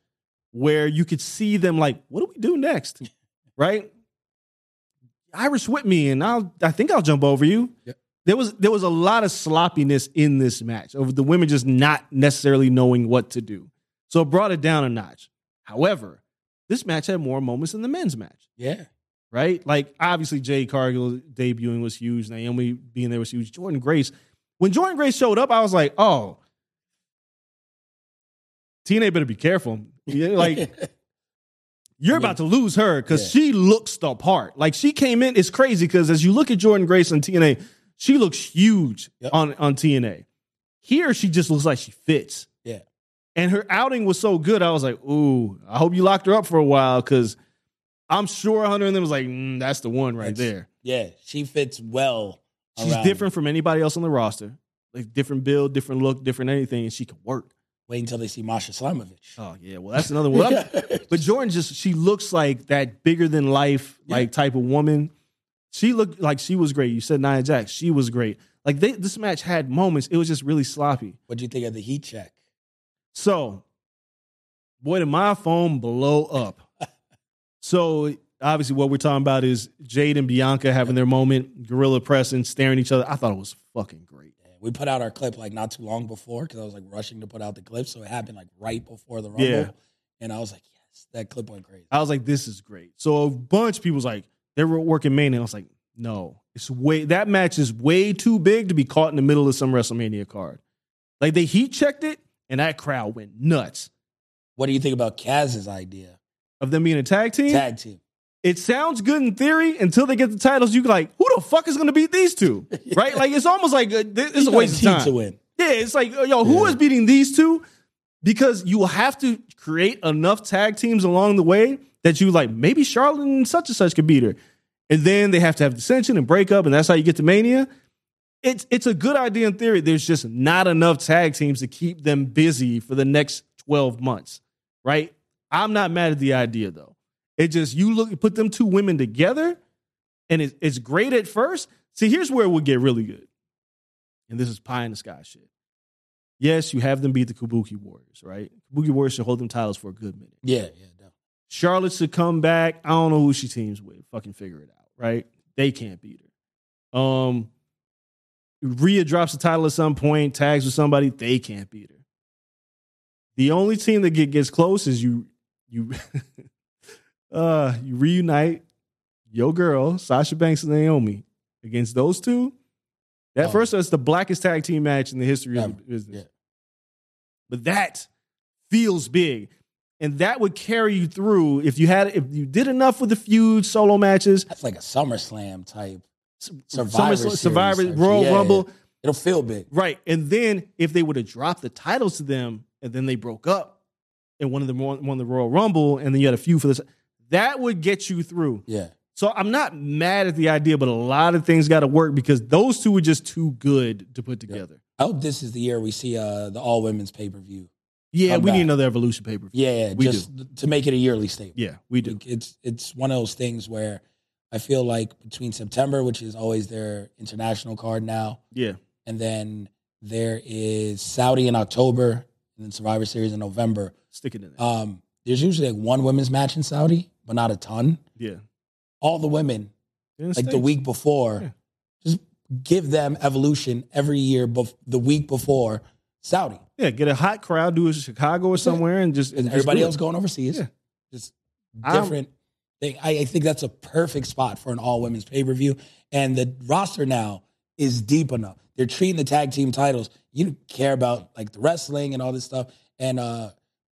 [SPEAKER 3] where you could see them, like, what do we do next? Right? Irish whip me, and I'll, I think I'll jump over you.
[SPEAKER 2] Yep.
[SPEAKER 3] There was there was a lot of sloppiness in this match over the women just not necessarily knowing what to do. So it brought it down a notch. However, this match had more moments than the men's match
[SPEAKER 2] Yeah,
[SPEAKER 3] right? Like obviously Jay Cargill debuting was huge. Naomi being there was huge. Jordan Grace. When Jordan Grace showed up, I was like, oh, TNA better be careful. Yeah, Like you're about to lose her because she looks the part. Like she came in, it's crazy because as you look at Jordan Grace on TNA, she looks huge
[SPEAKER 2] Yep.
[SPEAKER 3] on, on TNA. Here she just looks like she fits.
[SPEAKER 2] Yeah.
[SPEAKER 3] And her outing was so good, I was like, ooh, I hope you locked her up for a while because I'm sure Hunter and them was like, mm, that's the one right
[SPEAKER 2] That's-
[SPEAKER 3] there.
[SPEAKER 2] yeah, she fits well.
[SPEAKER 3] She's
[SPEAKER 2] around
[SPEAKER 3] different from anybody else on the roster. Like different build, different look, different anything, and she can work.
[SPEAKER 2] Wait until they see Masha Slamovich.
[SPEAKER 3] Oh yeah, well that's another one. But Jordan just she looks like that bigger than life
[SPEAKER 2] Yeah.
[SPEAKER 3] like type of woman. She looked like she was great. You said Nia Jax, she was great. Like they, this match had moments. It was just really sloppy.
[SPEAKER 2] what do you think of the heat check?
[SPEAKER 3] So, boy, did my phone blow up. so obviously, what we're talking about is Jade and Bianca having their moment, gorilla pressing, staring at each other. I thought it was fucking great.
[SPEAKER 2] Yeah, we put out our clip like not too long before because I was like rushing to put out the clip, so it happened like right before the rumble.
[SPEAKER 3] Yeah.
[SPEAKER 2] And I was like, yes, that clip went crazy.
[SPEAKER 3] I was like, this is great. So a bunch of people was like, they were working main, and I was like, no, it's way that match is way too big to be caught in the middle of some WrestleMania card. Like they heat checked it, and that crowd went nuts
[SPEAKER 2] What do you think about Kaz's idea?
[SPEAKER 3] of them being a tag team.
[SPEAKER 2] Tag team.
[SPEAKER 3] It sounds good in theory until they get the titles. You like, who the fuck is going to beat these two? Right? Like it's almost like uh, this is
[SPEAKER 2] He's
[SPEAKER 3] a
[SPEAKER 2] got
[SPEAKER 3] waste of
[SPEAKER 2] team
[SPEAKER 3] time.
[SPEAKER 2] to win.
[SPEAKER 3] Yeah, it's like, yo, who
[SPEAKER 2] Yeah.
[SPEAKER 3] is beating these two? Because you will have to create enough tag teams along the way that you like, maybe Charlotte and such and such could beat her. And then they have to have dissension and break up, and that's how you get to Mania. It's it's a good idea in theory. There's just not enough tag teams to keep them busy for the next 12 months, right? I'm not mad at the idea though. It just you look you put them two women together, and it's it's great at first. See, here's where it would get really good. And this is pie in the sky shit yes, you have them beat the Kabuki Warriors, right? Kabuki Warriors should hold them titles for a good minute.
[SPEAKER 2] Yeah, yeah, no.
[SPEAKER 3] Charlotte should come back. I don't know who she teams with. Fucking figure it out, right? They can't beat her. Um, Rhea drops the title at some point, tags with somebody. They can't beat her. The only team that get, gets close is you. You, uh, you reunite your girl Sasha Banks and Naomi against those two. That
[SPEAKER 2] Oh.
[SPEAKER 3] first, that's the blackest tag team match in the history of
[SPEAKER 2] Ever.
[SPEAKER 3] the business.
[SPEAKER 2] Yeah.
[SPEAKER 3] But that feels big and that would carry you through if you had if you did enough with the feud solo matches
[SPEAKER 2] That's like a SummerSlam type.
[SPEAKER 3] Summer-
[SPEAKER 2] Survivor, Series
[SPEAKER 3] survivor
[SPEAKER 2] type.
[SPEAKER 3] royal
[SPEAKER 2] Yeah,
[SPEAKER 3] rumble
[SPEAKER 2] yeah. It'll feel big.
[SPEAKER 3] right and then if they would have dropped the titles to them and then they broke up and one of them won, won the Royal Rumble, and then you had a few for this. That would get you through.
[SPEAKER 2] Yeah.
[SPEAKER 3] So I'm not mad at the idea, but a lot of things got to work because those two were just too good to put together.
[SPEAKER 2] I hope this is the year we see uh, the all women's pay per view.
[SPEAKER 3] Yeah,
[SPEAKER 2] I'm
[SPEAKER 3] we need
[SPEAKER 2] back.
[SPEAKER 3] another Evolution paper. Yeah.
[SPEAKER 2] Yeah,
[SPEAKER 3] We
[SPEAKER 2] just to make it a yearly staple.
[SPEAKER 3] yeah, we do.
[SPEAKER 2] Like, It's it's one of those things where I feel like between September, which is always their international card now,
[SPEAKER 3] Yeah,
[SPEAKER 2] and then there is Saudi in October, and then Survivor Series in November.
[SPEAKER 3] stick it in there.
[SPEAKER 2] Um, there's usually like one women's match in Saudi, but not a ton.
[SPEAKER 3] yeah,
[SPEAKER 2] All the women, like the week before,
[SPEAKER 3] Yeah.
[SPEAKER 2] just give them evolution every year, bef- the week before Saudi.
[SPEAKER 3] Yeah, get a hot crowd, do it in Chicago or somewhere, and just and
[SPEAKER 2] and
[SPEAKER 3] just
[SPEAKER 2] everybody
[SPEAKER 3] do it.
[SPEAKER 2] else going overseas.
[SPEAKER 3] Yeah. Um,
[SPEAKER 2] Just
[SPEAKER 3] I'm-
[SPEAKER 2] different thing. I, I think that's a perfect spot for an all women's pay per view. And the roster now is deep enough. They're treating the tag team titles. You don't care about like the wrestling and all this stuff. And uh,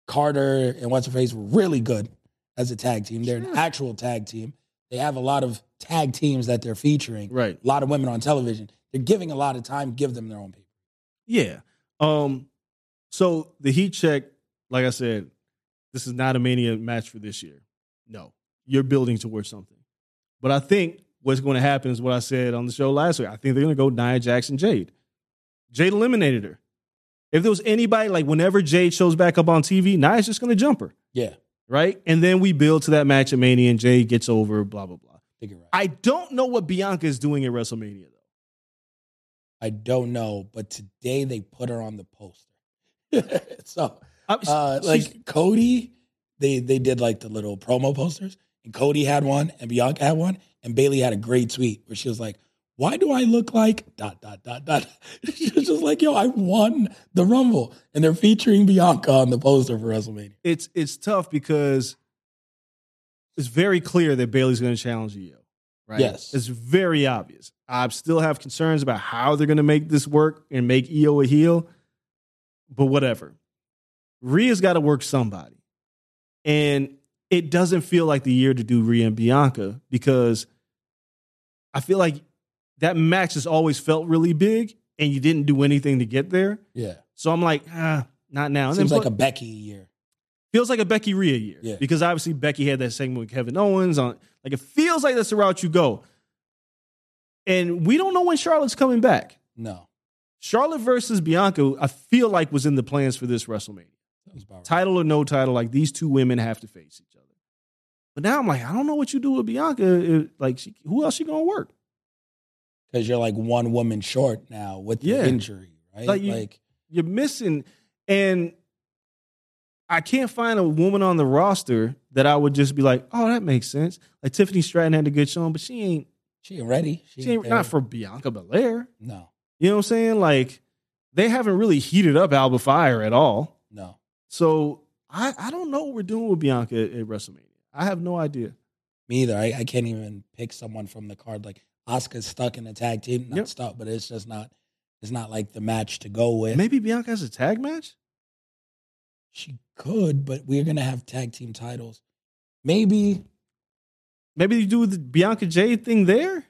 [SPEAKER 2] Carter and what's her face were really good as a tag team. They're an actual tag team. They have a lot of tag teams that they're featuring.
[SPEAKER 3] Right.
[SPEAKER 2] A lot of women on television. They're giving a lot of time. Give them their own paper.
[SPEAKER 3] Yeah. Um. So the heat check, like I said, this is not a mania match for this year. No, you're building towards something. But I think what's going to happen is what I said on the show last week. I think they're going to go Nia Jackson Jade. Jade eliminated her. If there was anybody like whenever Jade shows back up on TV, Nia's just going to jump her,
[SPEAKER 2] Yeah.
[SPEAKER 3] right? And then we build to that match at Mania, and Jade gets over. Blah blah blah.
[SPEAKER 2] I think you're right.
[SPEAKER 3] I don't know what Bianca is doing at WrestleMania though.
[SPEAKER 2] I don't know, but today they put her on the poster. so,
[SPEAKER 3] I-
[SPEAKER 2] uh,
[SPEAKER 3] she's-
[SPEAKER 2] like Cody, they they did like the little promo posters, and Cody had one, and Bianca had one, and Bailey had a great tweet where she was like, "Why do I look like dot dot dot dot?" she was just like, "Yo, I won the Rumble," and they're featuring Bianca on the poster for WrestleMania.
[SPEAKER 3] it's it's tough because it's very clear that Bailey's going to challenge Io. Right.
[SPEAKER 2] Yes.
[SPEAKER 3] It's very obvious. I still have concerns about how they're going to make this work and make Io a heel, but whatever. Rhea's got to work somebody. And it doesn't feel like the year to do Rhea and Bianca because I feel like that match has always felt really big and you didn't do anything to get there.
[SPEAKER 2] Yeah,
[SPEAKER 3] So I'm like, ah, not now. And then
[SPEAKER 2] seems like
[SPEAKER 3] plus-
[SPEAKER 2] a Becky year.
[SPEAKER 3] feels like a Becky Rhea year.
[SPEAKER 2] Yeah.
[SPEAKER 3] Because obviously Becky had that segment with Kevin Owens on like it feels like that's the route you go. And we don't know when Charlotte's coming back.
[SPEAKER 2] No,
[SPEAKER 3] Charlotte versus Bianca, I feel like was in the plans for this WrestleMania.
[SPEAKER 2] that was about right.
[SPEAKER 3] Title or no title, like these two women have to face each other. But now I'm like, I don't know what you do with Bianca. If, like, she, who else she gonna work?
[SPEAKER 2] because you're like one woman short now with the
[SPEAKER 3] Yeah.
[SPEAKER 2] injury, right?
[SPEAKER 3] Like, you- you're missing and I can't find a woman on the roster that I would just be like, oh, that makes sense. Like Tiffany Stratton had a good showing, but she ain't
[SPEAKER 2] she ain't ready.
[SPEAKER 3] she ain't
[SPEAKER 2] there.
[SPEAKER 3] not for Bianca Belair.
[SPEAKER 2] no,
[SPEAKER 3] You know what I'm saying? Like they haven't really heated up Alba Fire at all.
[SPEAKER 2] no.
[SPEAKER 3] So I, I don't know what we're doing with Bianca at, at WrestleMania. I have no idea.
[SPEAKER 2] Me either. I, I can't even pick someone from the card. Like Oscar's stuck in a tag team, not
[SPEAKER 3] Yep.
[SPEAKER 2] stuck, but it's just not. It's not like the match to go with.
[SPEAKER 3] Maybe Bianca has a tag match.
[SPEAKER 2] She could, but we're gonna have tag team titles. Maybe
[SPEAKER 3] Maybe you do the Bianca Jade thing there.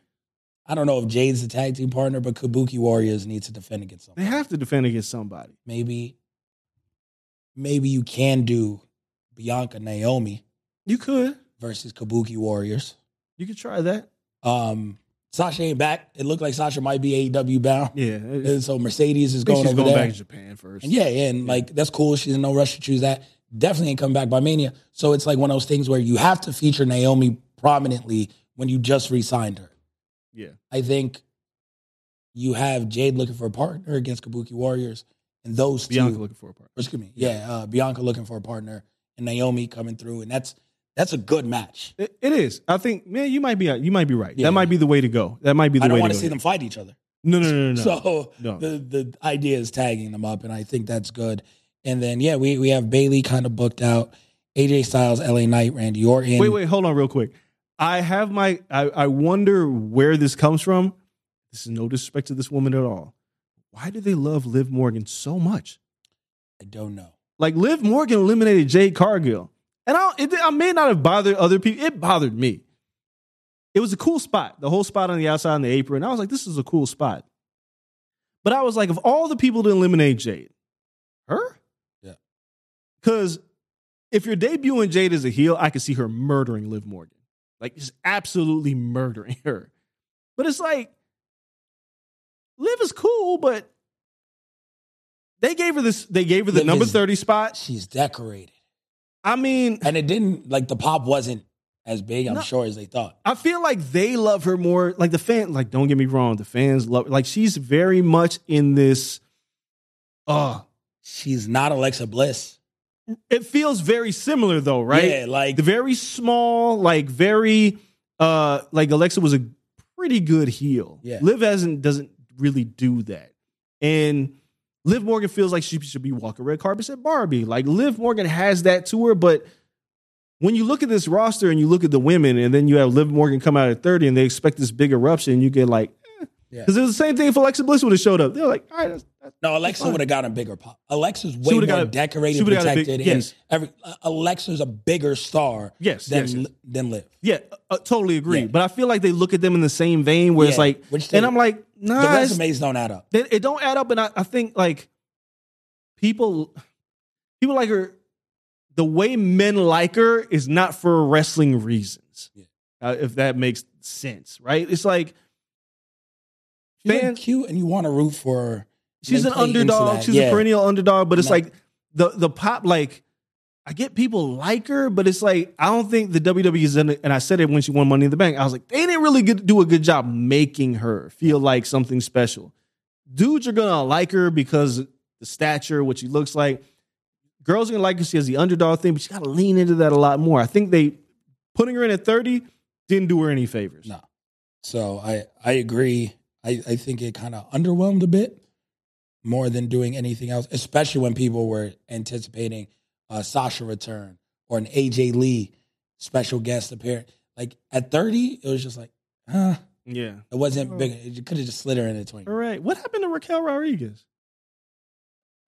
[SPEAKER 2] I don't know if Jade's the tag team partner, but Kabuki Warriors needs to defend against
[SPEAKER 3] They
[SPEAKER 2] something.
[SPEAKER 3] have to defend against somebody.
[SPEAKER 2] Maybe, maybe you can do Bianca Naomi
[SPEAKER 3] You could.
[SPEAKER 2] versus Kabuki Warriors.
[SPEAKER 3] You could try that.
[SPEAKER 2] Um, Sasha ain't back. It looked like Sasha might be AEW bound,
[SPEAKER 3] Yeah.
[SPEAKER 2] and so Mercedes is
[SPEAKER 3] I think
[SPEAKER 2] going
[SPEAKER 3] she's
[SPEAKER 2] over
[SPEAKER 3] going
[SPEAKER 2] there.
[SPEAKER 3] back to Japan first.
[SPEAKER 2] And yeah, yeah, and like that's cool. She's in no rush to choose that. Definitely ain't coming back by Mania. So it's like one of those things where you have to feature Naomi prominently when you just re-signed her.
[SPEAKER 3] Yeah.
[SPEAKER 2] I think you have Jade looking for a partner against Kabuki Warriors, and those
[SPEAKER 3] Bianca
[SPEAKER 2] two.
[SPEAKER 3] looking for a partner.
[SPEAKER 2] or excuse me, yeah, uh, Bianca looking for a partner, and Naomi coming through, and that's that's a good match.
[SPEAKER 3] It, it is. I think, man, you might be you might be right.
[SPEAKER 2] Yeah.
[SPEAKER 3] That might be the way to go. That might be the
[SPEAKER 2] I don't
[SPEAKER 3] way
[SPEAKER 2] want
[SPEAKER 3] to
[SPEAKER 2] to
[SPEAKER 3] go.
[SPEAKER 2] see them fight each other.
[SPEAKER 3] No, no, no, no, no.
[SPEAKER 2] So
[SPEAKER 3] No.
[SPEAKER 2] the the idea is tagging them up, and I think that's good. And then yeah, we we have Bailey kind of booked out. AJ Styles, LA Knight, Randy Orton.
[SPEAKER 3] Wait, wait, hold on real quick. I have my I, I wonder where this comes from. This is no disrespect to this woman at all. Why do they love Liv Morgan so much?
[SPEAKER 2] I don't know.
[SPEAKER 3] Like Liv Morgan eliminated Jade Cargill. And I it, I may not have bothered other people. It bothered me. It was a cool spot. The whole spot on the outside in the apron. I was like, this is a cool spot. But I was like, of all the people to eliminate Jade, her?
[SPEAKER 2] Yeah.
[SPEAKER 3] Because if you're debuting Jade as a heel, I could see her murdering Liv Morgan, like just absolutely murdering her. But it's like Liv is cool, but they gave her this. They gave her the
[SPEAKER 2] Liv
[SPEAKER 3] number
[SPEAKER 2] is-
[SPEAKER 3] thirty spot.
[SPEAKER 2] She's decorated,
[SPEAKER 3] I mean,
[SPEAKER 2] and it didn't like the pop wasn't as big. I'm
[SPEAKER 3] No.
[SPEAKER 2] sure as they thought.
[SPEAKER 3] I feel like they love her more. Like the fan, like don't get me wrong, the fans love. Like she's very much in this. Uh,
[SPEAKER 2] She's not Alexa Bliss,
[SPEAKER 3] it feels very similar though, right?
[SPEAKER 2] Yeah, like
[SPEAKER 3] the very small, like very uh like Alexa was a pretty good heel.
[SPEAKER 2] Yeah.
[SPEAKER 3] Liv hasn't doesn't really do that. And Liv Morgan feels like she should be walking red carpets at Barbie. Like Liv Morgan has that to her, but when you look at this roster and you look at the women, and then you have Liv Morgan come out at 30 and they expect this big eruption, you get like,
[SPEAKER 2] Yeah.
[SPEAKER 3] because it was the same thing if Alexa Bliss would have showed up. They're like, all right, that's, that's
[SPEAKER 2] no, Alexa
[SPEAKER 3] fine.
[SPEAKER 2] would have gotten a bigger pop. Alexa's way more
[SPEAKER 3] would've got a- she
[SPEAKER 2] decorated,
[SPEAKER 3] would've got a big-
[SPEAKER 2] protected. and
[SPEAKER 3] yes.
[SPEAKER 2] every uh, Alexa's a bigger star.
[SPEAKER 3] Yes,
[SPEAKER 2] than
[SPEAKER 3] yes, yes.
[SPEAKER 2] Li- than Liv.
[SPEAKER 3] Yeah, uh, totally agree.
[SPEAKER 2] Yeah.
[SPEAKER 3] But I feel like they look at them in the same vein where it's
[SPEAKER 2] Yeah,
[SPEAKER 3] like,
[SPEAKER 2] which they-
[SPEAKER 3] and I'm like, nah,
[SPEAKER 2] the
[SPEAKER 3] it's-
[SPEAKER 2] resumes don't add up.
[SPEAKER 3] it, it don't add up. And I, I think like people, people like her, the way men like her is not for wrestling reasons.
[SPEAKER 2] Yeah.
[SPEAKER 3] Uh, if that makes sense, right? It's like
[SPEAKER 2] She's
[SPEAKER 3] Fans-
[SPEAKER 2] cute, and you want to root for her.
[SPEAKER 3] she's
[SPEAKER 2] They
[SPEAKER 3] an
[SPEAKER 2] play into
[SPEAKER 3] underdog.
[SPEAKER 2] that,
[SPEAKER 3] She's
[SPEAKER 2] yeah.
[SPEAKER 3] a perennial underdog, but it's
[SPEAKER 2] No.
[SPEAKER 3] like the the pop like I get people like her, but it's like I don't think the WWE is in it. And I said it when she won Money in the Bank. I was like, they didn't really get, do a good job making her feel like something special. Dudes are gonna like her because the stature, what she looks like. Girls are gonna like her. She has the underdog thing, but she gotta lean into that a lot more. I think they putting her in at thirty didn't do her any favors.
[SPEAKER 2] No. So I I agree. I, I think it kind of underwhelmed a bit more than doing anything else, especially when people were anticipating a Sasha return or an AJ Lee special guest appearance. Like at 30, it was just like, huh,
[SPEAKER 3] Yeah.
[SPEAKER 2] it wasn't big. It could have just slid her in at 20.
[SPEAKER 3] All right. What happened to Raquel Rodriguez?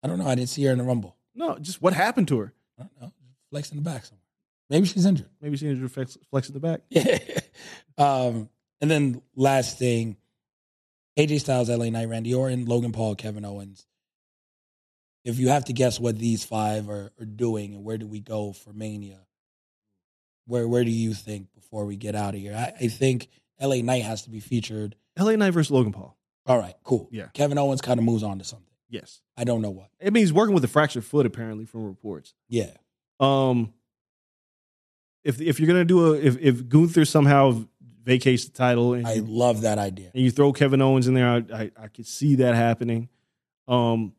[SPEAKER 2] I don't know. I didn't see her in the Rumble.
[SPEAKER 3] No, just what happened to her?
[SPEAKER 2] I don't know. Flexing the back somewhere. Maybe she's injured.
[SPEAKER 3] Maybe she needed to flex, flex in the back.
[SPEAKER 2] Yeah. um, and then last thing, AJ Styles, LA Knight, Randy Orton, Logan Paul, Kevin Owens. If you have to guess what these five are, are doing and where do we go for Mania, where where do you think before we get out of here? I, I think LA Knight has to be featured.
[SPEAKER 3] LA Knight versus Logan Paul.
[SPEAKER 2] All right, cool.
[SPEAKER 3] Yeah.
[SPEAKER 2] Kevin Owens kind of moves on to something.
[SPEAKER 3] Yes.
[SPEAKER 2] I don't know what.
[SPEAKER 3] It means working with a fractured foot, apparently, from reports.
[SPEAKER 2] Yeah.
[SPEAKER 3] Um, if if you're gonna do a if if Gunther somehow vacates the title and
[SPEAKER 2] I
[SPEAKER 3] you,
[SPEAKER 2] love that idea.
[SPEAKER 3] and you throw Kevin Owens in there, I, I I could see that happening. Um,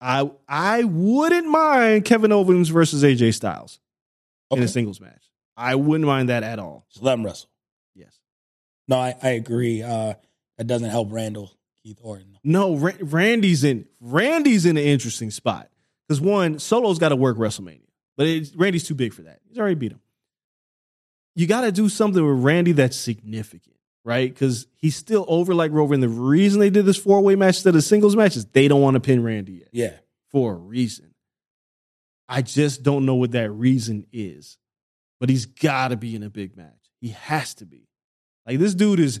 [SPEAKER 3] I I wouldn't mind Kevin Owens versus AJ Styles in
[SPEAKER 2] Okay.
[SPEAKER 3] a singles match. I wouldn't mind that at all.
[SPEAKER 2] Just let him wrestle.
[SPEAKER 3] Yes.
[SPEAKER 2] No, I, I agree. Uh, that doesn't help Randall, Keith Orton.
[SPEAKER 3] No, Ra- Randy's in Randy's in an interesting spot because one Solo's got to work WrestleMania, but it's, Randy's too big for that. He's already beat him. You got to do something with Randy that's significant, right? Because he's still over like Rover, and the reason they did this four way match instead of singles match is they don't want to pin Randy yet
[SPEAKER 2] Yeah.
[SPEAKER 3] for a reason. I just don't know what that reason is, but he's got to be in a big match. He has to be. Like this dude is,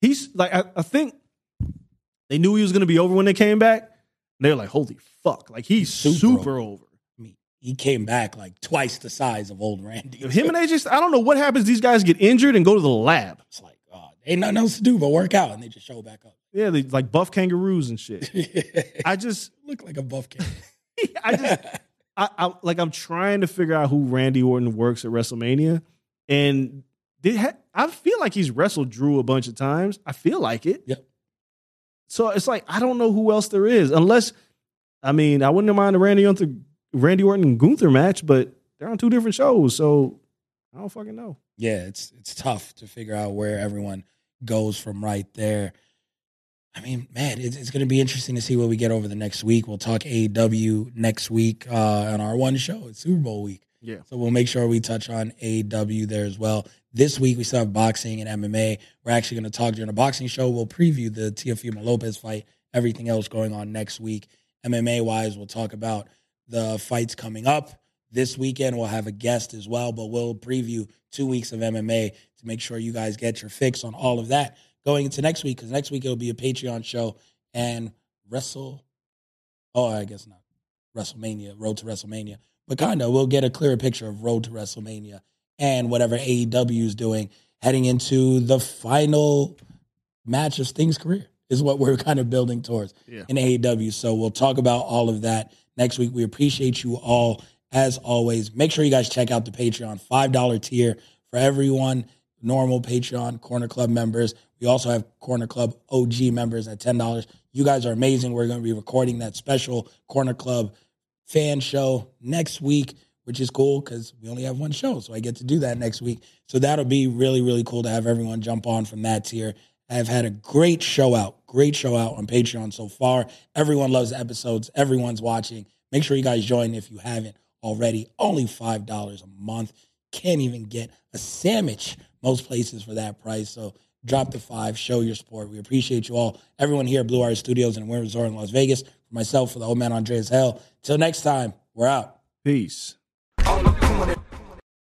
[SPEAKER 3] he's like I, I think they knew he was going to be over when they came back. They're like, holy fuck! Like he's
[SPEAKER 2] Super
[SPEAKER 3] super, over.
[SPEAKER 2] I mean, he came back like twice the size of old Randy.
[SPEAKER 3] Him and AJ, I don't know what happens. These guys get injured and go to the lab.
[SPEAKER 2] it's like, oh, ain't nothing else to do but work out, and they just show back up.
[SPEAKER 3] Yeah, they like buff kangaroos and shit. I just,
[SPEAKER 2] Look like a buff kid.
[SPEAKER 3] I just, I, I like I'm trying to figure out who Randy Orton works at WrestleMania, and did ha- I feel like he's wrestled Drew a bunch of times. I feel like it.
[SPEAKER 2] Yep.
[SPEAKER 3] So it's like I don't know who else there is, unless I mean I wouldn't mind a Randy Orton, Randy Orton and Gunther match, but they're on two different shows, so I don't fucking know.
[SPEAKER 2] yeah, it's it's tough to figure out where everyone goes from right there. I mean, man, it's, it's going to be interesting to see what we get over the next week. We'll talk AEW next week uh, on our one show. It's Super Bowl week.
[SPEAKER 3] Yeah.
[SPEAKER 2] So we'll make sure we touch on AEW there as well. This week, we still have boxing and MMA. We're actually going to talk during the boxing show. We'll preview the Teofimo Lopez fight, everything else going on next week. MMA wise, we'll talk about the fights coming up. This weekend, we'll have a guest as well, but we'll preview two weeks of MMA to make sure you guys get your fix on all of that going into next week, because next week it'll be a Patreon show and Wrestle. Oh, I guess not. WrestleMania, Road to WrestleMania. But kind of, we'll get a clearer picture of Road to WrestleMania and whatever AEW is doing heading into the final match of Sting's career, is what we're kind of building towards
[SPEAKER 3] Yeah.
[SPEAKER 2] in AEW. So we'll talk about all of that next week. We appreciate you all as always. Make sure you guys check out the Patreon $5 tier for everyone, normal Patreon, Corner Club members. We also have Corner Club OG members at $10. You guys are amazing. We're going to be recording that special Corner Club fan show next week, which is cool because we only have one show. So I get to do that next week. So that'll be really, really cool to have everyone jump on from that tier. I've had a great show out, great show out on Patreon so far. Everyone loves the episodes, everyone's watching. Make sure you guys join if you haven't already. Only $5 a month. Can't even get a sandwich most places for that price. So drop the five, show your support. We appreciate you all. Everyone here at Blue Iris Studios and Wind Resort in Las Vegas. For myself, for the old man Andreas Hell. Till next time, we're out.
[SPEAKER 3] Peace.